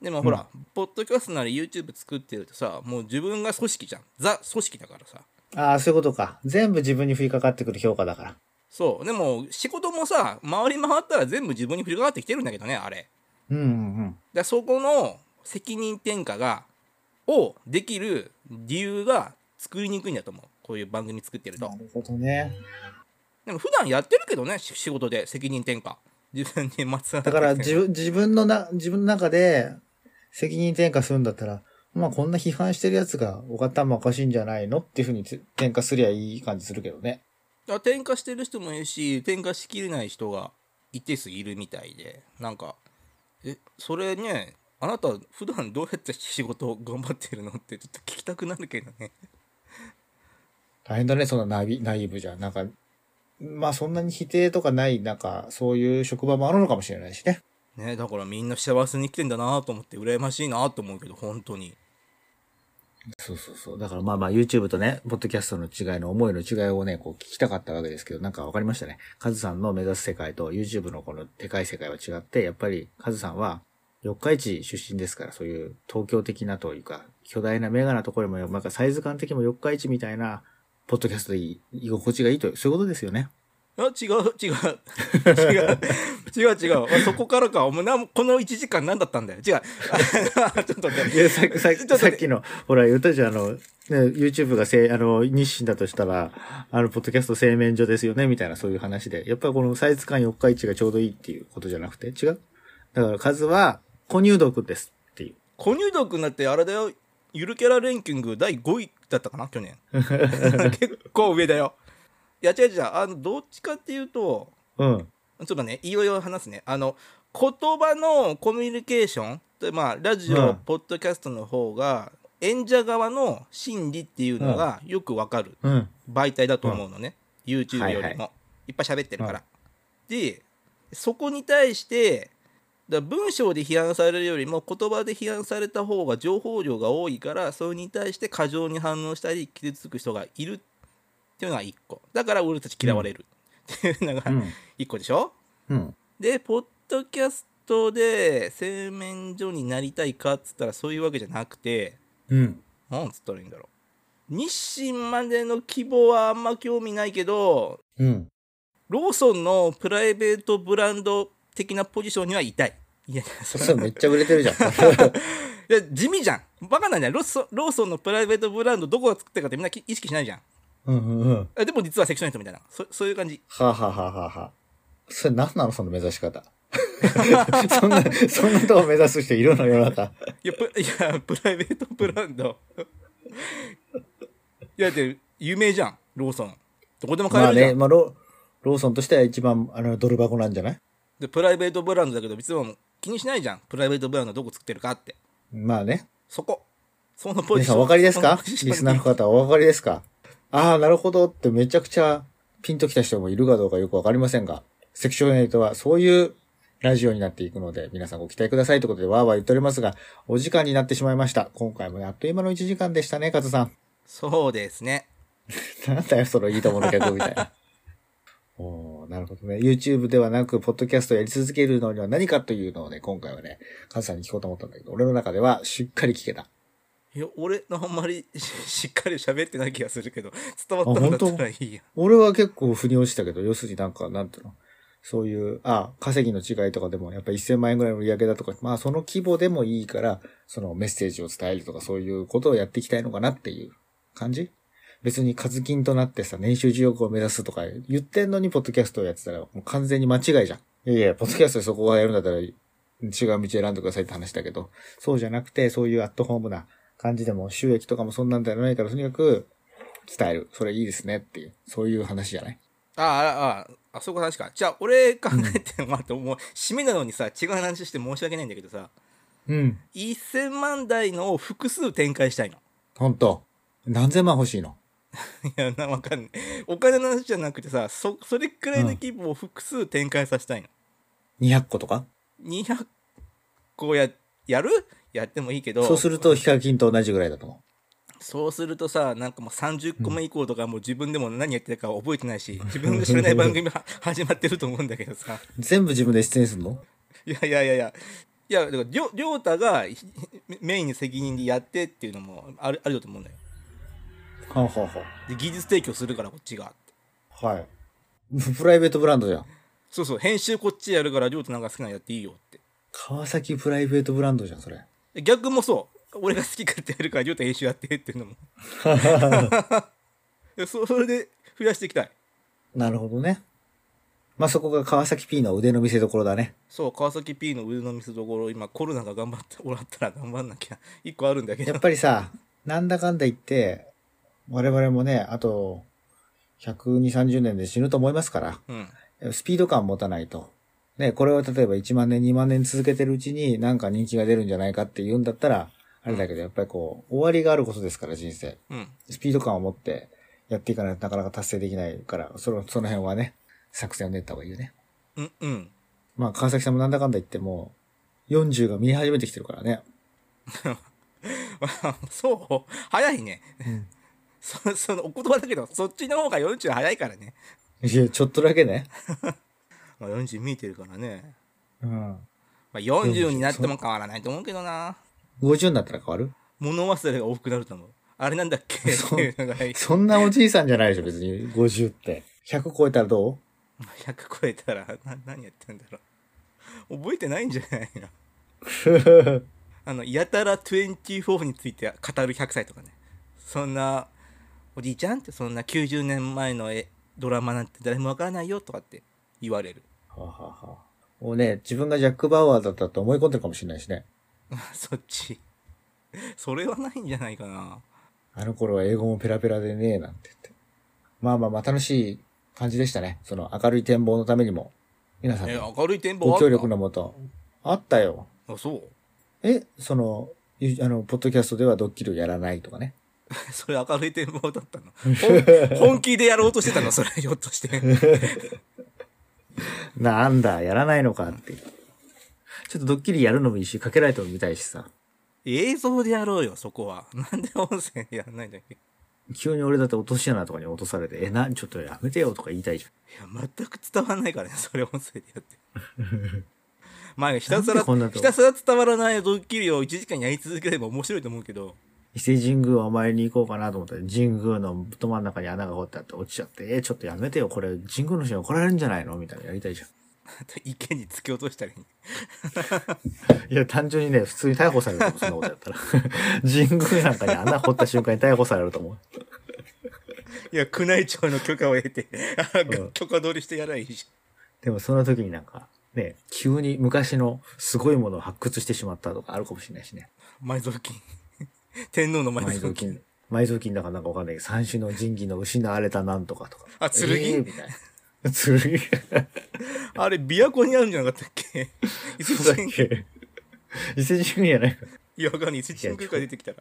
[SPEAKER 2] でもほら、ポッドキャストなり YouTube 作ってるとさもう自分が組織じゃんザ組織だからさ
[SPEAKER 1] ああ、そういうことか。全部自分に降りかかってくる評価だから。
[SPEAKER 2] そうでも仕事もさ回り回ったら全部自分に降りかかってきてるんだけどねあれ
[SPEAKER 1] うんうん
[SPEAKER 2] でそこの責任転嫁がをできる理由が作りにくいんだと思うこういう番組作って
[SPEAKER 1] う
[SPEAKER 2] る
[SPEAKER 1] ん。
[SPEAKER 2] と
[SPEAKER 1] なるほどね。
[SPEAKER 2] でも普段やってるけどねし仕事で責任転嫁自分にまつわる
[SPEAKER 1] だから自分、自分のな、自分の中で責任転嫁するんだったら、まあこんな批判してるやつが、お頭おかしいんじゃないのっていうふうにつ転嫁すりゃいい感じするけどね。
[SPEAKER 2] あ転嫁してる人もいるし転嫁しきれない人が一定数いるみたいでなんかえそれねあなた普段どうやって仕事を頑張ってるのってちょっと聞きたくなるけどね
[SPEAKER 1] 大変だね、そんなナビ、ナイーブじゃ。なんか、まあそんなに否定とかない、なんか、そういう職場もあるのかもしれないしね。
[SPEAKER 2] ねだからみんな幸せに生きてんだなと思って羨ましいなと思うけど本当に
[SPEAKER 1] そうそうそう。だからまあまあ YouTube とね、ポッドキャストの違いの思いの違いをね、こう聞きたかったわけですけど、なんかわかりましたね。カズさんの目指す世界と YouTube のこのでかい世界は違って、やっぱりカズさんは四日市出身ですから、そういう東京的なというか、巨大なメガなところよりも、なんかサイズ感的にも四日市みたいな、ポッドキャストでいい居心地がいいという、そういうことですよね。
[SPEAKER 2] あ違う 違う違う違う違うあそこからかお前なんこの1時間何だったんだよ違う あちょっと待って
[SPEAKER 1] いや、さっき、さっ
[SPEAKER 2] ちょ
[SPEAKER 1] き
[SPEAKER 2] っと
[SPEAKER 1] さっ
[SPEAKER 2] ね
[SPEAKER 1] きの、ほら、言ったじゃん、あの、ね、YouTube がせい、あの、日清だとしたら、あの、ポッドキャスト製麺所ですよね、みたいな、そういう話で。やっぱりこのサイズ感4日市がちょうどいいっていうことじゃなくて、違うだから数は、哺乳毒ですっていう。
[SPEAKER 2] 小入道くんだってあれだよゆるキャラランキング第5位だったかな去年 結構上だよいや違う違うあのどっちかっていうと
[SPEAKER 1] うん。
[SPEAKER 2] ちょっとねいよいよ話すねあの言葉のコミュニケーションでまあラジオ、
[SPEAKER 1] うん
[SPEAKER 2] ポッドキャストの方が演者側の心理っていうのがよくわかる、
[SPEAKER 1] うん。
[SPEAKER 2] 媒体だと思うのね、YouTube よりも、
[SPEAKER 1] はい
[SPEAKER 2] い
[SPEAKER 1] は
[SPEAKER 2] っぱい喋ってるから、でそこに対してだから文章で批判されるよりも言葉で批判された方が情報量が多いからそれに対して過剰に反応したり傷つく人がいるっていうのが1個だから俺たち嫌われるっていうのが
[SPEAKER 1] うん。
[SPEAKER 2] 1個でしょ、
[SPEAKER 1] うん。
[SPEAKER 2] でポッドキャストで製麺所になりたいかっつったらそういうわけじゃなくて
[SPEAKER 1] うん。
[SPEAKER 2] なんつったらいいんだろう。日清までの規模はあんま興味ないけど、
[SPEAKER 1] うん。
[SPEAKER 2] ローソンのプライベートブランド的なポジションにはいたい。いや、そ
[SPEAKER 1] そう、めっちゃ売れてるじゃん。
[SPEAKER 2] いや地味じゃん。バカなんじゃん。ローソンローソンのプライベートブランドどこが作ってるかってみんなき意識しないじゃん。
[SPEAKER 1] うんうんうん。
[SPEAKER 2] あでも実はセクショントみたいな。そそういう感じ。
[SPEAKER 1] はあ、はあはあはあはあ、それ何なのその目指し方。 そんな、そんなとこ目指す人いるの世の中。
[SPEAKER 2] いや、プいやプライベートブランド。いや、だって有名じゃん。ローソン。どこでも買え
[SPEAKER 1] まあ
[SPEAKER 2] るじゃん。
[SPEAKER 1] ね、まあロ、ローソンとしては一番、あの、ドル箱なんじゃない
[SPEAKER 2] で、プライベートブランドだけど別にもう気にしないじゃん。プライベートブランドどこ作ってるかって。
[SPEAKER 1] まあね。
[SPEAKER 2] そこ。そのポ
[SPEAKER 1] 皆
[SPEAKER 2] ジシ
[SPEAKER 1] さ
[SPEAKER 2] ョン。
[SPEAKER 1] んお分かりです
[SPEAKER 2] その
[SPEAKER 1] か
[SPEAKER 2] ポ
[SPEAKER 1] リ
[SPEAKER 2] ジションに
[SPEAKER 1] スナーの方お分かりですかああ、なるほどってめちゃくちゃピンときた人もいるかどうかよくわかりませんが、セクション8はそういうラジオになっていくので、皆さんご期待くださいということでわーわー言っておりますが、お時間になってしまいました。今回もねあっという間の1時間でしたね、カズさん。
[SPEAKER 2] そうですね。
[SPEAKER 1] なんだよ、そのいいともの客みたいな。 おーなるほどね。YouTube ではなく、ポッドキャストをやり続けるのには何かというのをね、今回はね、カズさんに聞こうと思ったんだけど、俺の中ではしっかり聞けた。
[SPEAKER 2] いや俺のあんまりし しっかり喋ってない気がするけど伝わったんだったらいいや
[SPEAKER 1] 俺は結構腑に落ちたけど、要するになんか、なんていうのそういう、あ、稼ぎの違いとかでも、やっぱ1000万円ぐらいの売り上げだとか、まあその規模でもいいから、そのメッセージを伝えるとか、そういうことをやっていきたいのかなっていう感じ別に課金となってさ、年収10億を目指すとか言ってんのに、ポッドキャストをやってたら、もう完全に間違いじゃん。いやいや、ポッドキャストでそこがやるんだったら、違う道を選んでくださいって話だけど、そうじゃなくて、そういうアットホームな感じでも、収益とかもそんなんではないから、とにかく、伝える。それいいですねっていう、そういう話じゃない
[SPEAKER 2] あああああそういう話かじゃあ俺考えてもらってもう締めなのにさ違う話して申し訳ないんだけどさ
[SPEAKER 1] うん。
[SPEAKER 2] 1000万台のを複数展開したいの
[SPEAKER 1] ほんと。何千万欲しいの
[SPEAKER 2] いやなわかんないお金の話じゃなくてさそそれくらいの規模を複数展開させたいの、
[SPEAKER 1] ?200 個とか
[SPEAKER 2] 200個ややるやってもいいけど
[SPEAKER 1] そうすると、ヒカキンと同じぐらいだと思
[SPEAKER 2] そうするとさなんかもう30個目以降とかもう自分でも何やってたか覚えてないし自分が知らない番組は 始まってると思うんだけどさ
[SPEAKER 1] う。全部自分で出演するの
[SPEAKER 2] いやいやいやいやいやだからりょりょうたがひメインに責任でやってっていうのもあるあるだと思うんだよ
[SPEAKER 1] ははは
[SPEAKER 2] で技術提供するからこっちが
[SPEAKER 1] はい。プライベートブランドじゃん。
[SPEAKER 2] そうそう編集こっちやるからりょうたなんか好きなのやっていいよって
[SPEAKER 1] 川崎プライベートブランドじゃん、それ。
[SPEAKER 2] 逆もそう俺が好き勝手やるから亮太編集やってっていうのも でそそれで増やしていきたい
[SPEAKER 1] なるほどね。まあ、そこが川崎 P の腕の見せ所だね。
[SPEAKER 2] そう川崎 P の腕の見せ所今コロナが頑張ってもらったら頑張んなきゃ一個あるんだけど
[SPEAKER 1] やっぱりさ、なんだかんだ言って、我々もね、あと、120、30年で死ぬと思いますから。
[SPEAKER 2] うん
[SPEAKER 1] スピード感を持たないと。ね、これを例えば1万年、2万年続けてるうちになんか人気が出るんじゃないかって言うんだったら、あれだけど、やっぱりこう、終わりがあることですから、人生。
[SPEAKER 2] うん
[SPEAKER 1] スピード感を持ってやっていかないとなかなか達成できないから、その、その辺はね、作戦を練った方がいいよね。
[SPEAKER 2] うんうん
[SPEAKER 1] まあ、川崎さんもなんだかんだ言っても、40が見え始めてきてるからね。
[SPEAKER 2] そう早いね、 そそのお言葉だけどそっちの方が40早いからね、
[SPEAKER 1] いや、ちょっとだけね。
[SPEAKER 2] まあ、40見えてるからね、
[SPEAKER 1] うん。
[SPEAKER 2] まあ、40になっても変わらないと思うけどな
[SPEAKER 1] 50になったら変わる
[SPEAKER 2] 物忘れが多くなると思うあれなんだっけって いうのが
[SPEAKER 1] そんなおじいさんじゃないでしょ、別に。50って。100超えたらどう
[SPEAKER 2] 100超えたらな何やってんだろう覚えてないんじゃないの あのやたら24について語る100歳とかねそんなおじいちゃんってそんな90年前のえドラマなんて誰もわからないよとかって言われる
[SPEAKER 1] はあはあはあもうね、自分がジャック・バウアーだったと思い込んでるかもしれないしね。
[SPEAKER 2] そっちそれはないんじゃないかな
[SPEAKER 1] あの頃は英語もペラペラでねえなんて言って。まあまあまあ楽しい感じでしたね。その明るい展望のためにも、皆さん
[SPEAKER 2] え
[SPEAKER 1] の
[SPEAKER 2] 明るい展望あ
[SPEAKER 1] ご
[SPEAKER 2] った
[SPEAKER 1] 協力のもと、あったよ。
[SPEAKER 2] あそう
[SPEAKER 1] え、その、ゆあの、ポッドキャストではドッキリをやらないとかね。
[SPEAKER 2] それ明るい展望 だったのほん本気でやろうとしてたのそれひょっとして
[SPEAKER 1] なんだ、やらないのかって。ちょっとドッキリやるのもいいし、かけられても見たいしさ。
[SPEAKER 2] 映像でやろうよそこはなんで音声でやらないんだっけ
[SPEAKER 1] 急に俺だって落とし穴とかに落とされて、え、な、ちょっとやめてよとか言いたいじゃん。
[SPEAKER 2] いや、全く伝わらないからね、 それ音声でやって。まあ、ひたす
[SPEAKER 1] なん
[SPEAKER 2] ら、
[SPEAKER 1] でこんなとこ
[SPEAKER 2] ひたすら伝わらないドッキリを1時間やり続ければ面白いと思うけど、
[SPEAKER 1] 伊勢神宮を甘えに行こうかなと思ったら、神宮のど真ん中に穴が掘ってあって落ちちゃって、えー、ちょっとやめてよ、これ、神宮の人に怒られるんじゃないのみたいなやりたいじゃん。
[SPEAKER 2] あと池に突き落としたり、
[SPEAKER 1] いや、単純にね、普通に逮捕されると思う、そんなことやったら。神宮なんかに穴掘った瞬間に逮捕されると思う。
[SPEAKER 2] いや、宮内庁の許可を得て、あ
[SPEAKER 1] うん
[SPEAKER 2] 許可取りしてやらいいし。
[SPEAKER 1] でもその時になんか、ね、急に昔のすごいものを発掘してしまったとかあるかもしれないしね。
[SPEAKER 2] 埋蔵金。 天皇の埋
[SPEAKER 1] 埋
[SPEAKER 2] 蔵
[SPEAKER 1] 蔵
[SPEAKER 2] 金
[SPEAKER 1] 金。。埋蔵金だからなんかわかんないけど、三種の神器の失われたなんとかとか。
[SPEAKER 2] あ剣
[SPEAKER 1] えーみたいな。剣
[SPEAKER 2] あれ、琵琶湖にあるんじゃなかったっ け伊勢
[SPEAKER 1] そうだっ
[SPEAKER 2] 神宮。
[SPEAKER 1] け伊勢神宮やないか。
[SPEAKER 2] いや、わかんない。伊勢神宮から出てきたら。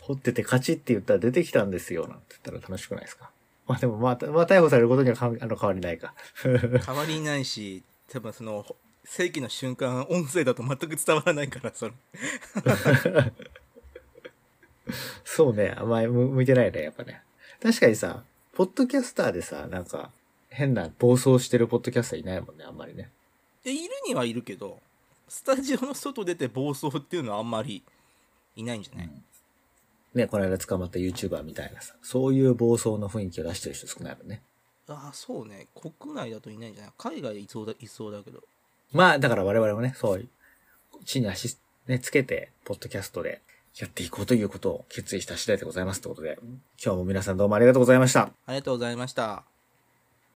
[SPEAKER 1] 掘っててカチって言ったら出てきたんですよ、なんて言ったら楽しくないですか。 まあでも、まあ、たまあ逮捕されることにはかんあの変わりないか。
[SPEAKER 2] 変わりないし、多分その、ほ世紀の瞬間、音声だと全く伝わらないから、それ。
[SPEAKER 1] そうね、あんまり向向いてないね、やっぱね。確かにさ、ポッドキャスターでさ、なんか、変な暴走してるポッドキャスターいないもんね、あんまりね。
[SPEAKER 2] でいるにはいるけどスタジオの外出て暴走っていうのはあんまりいないんじゃない、
[SPEAKER 1] ね、この間捕まった YouTuber みたいなさ、そういう暴走の雰囲気を出してる人少ないもんね。
[SPEAKER 2] ああそうね国内だといないんじゃない海外いそうだいそうだけど
[SPEAKER 1] まあ、だから我々もね、そう、地に足、ね、つけて、ポッドキャストでやっていこうということを決意した次第でございますということで、今日も皆さんどうもありがとうございました。
[SPEAKER 2] ありがとうございました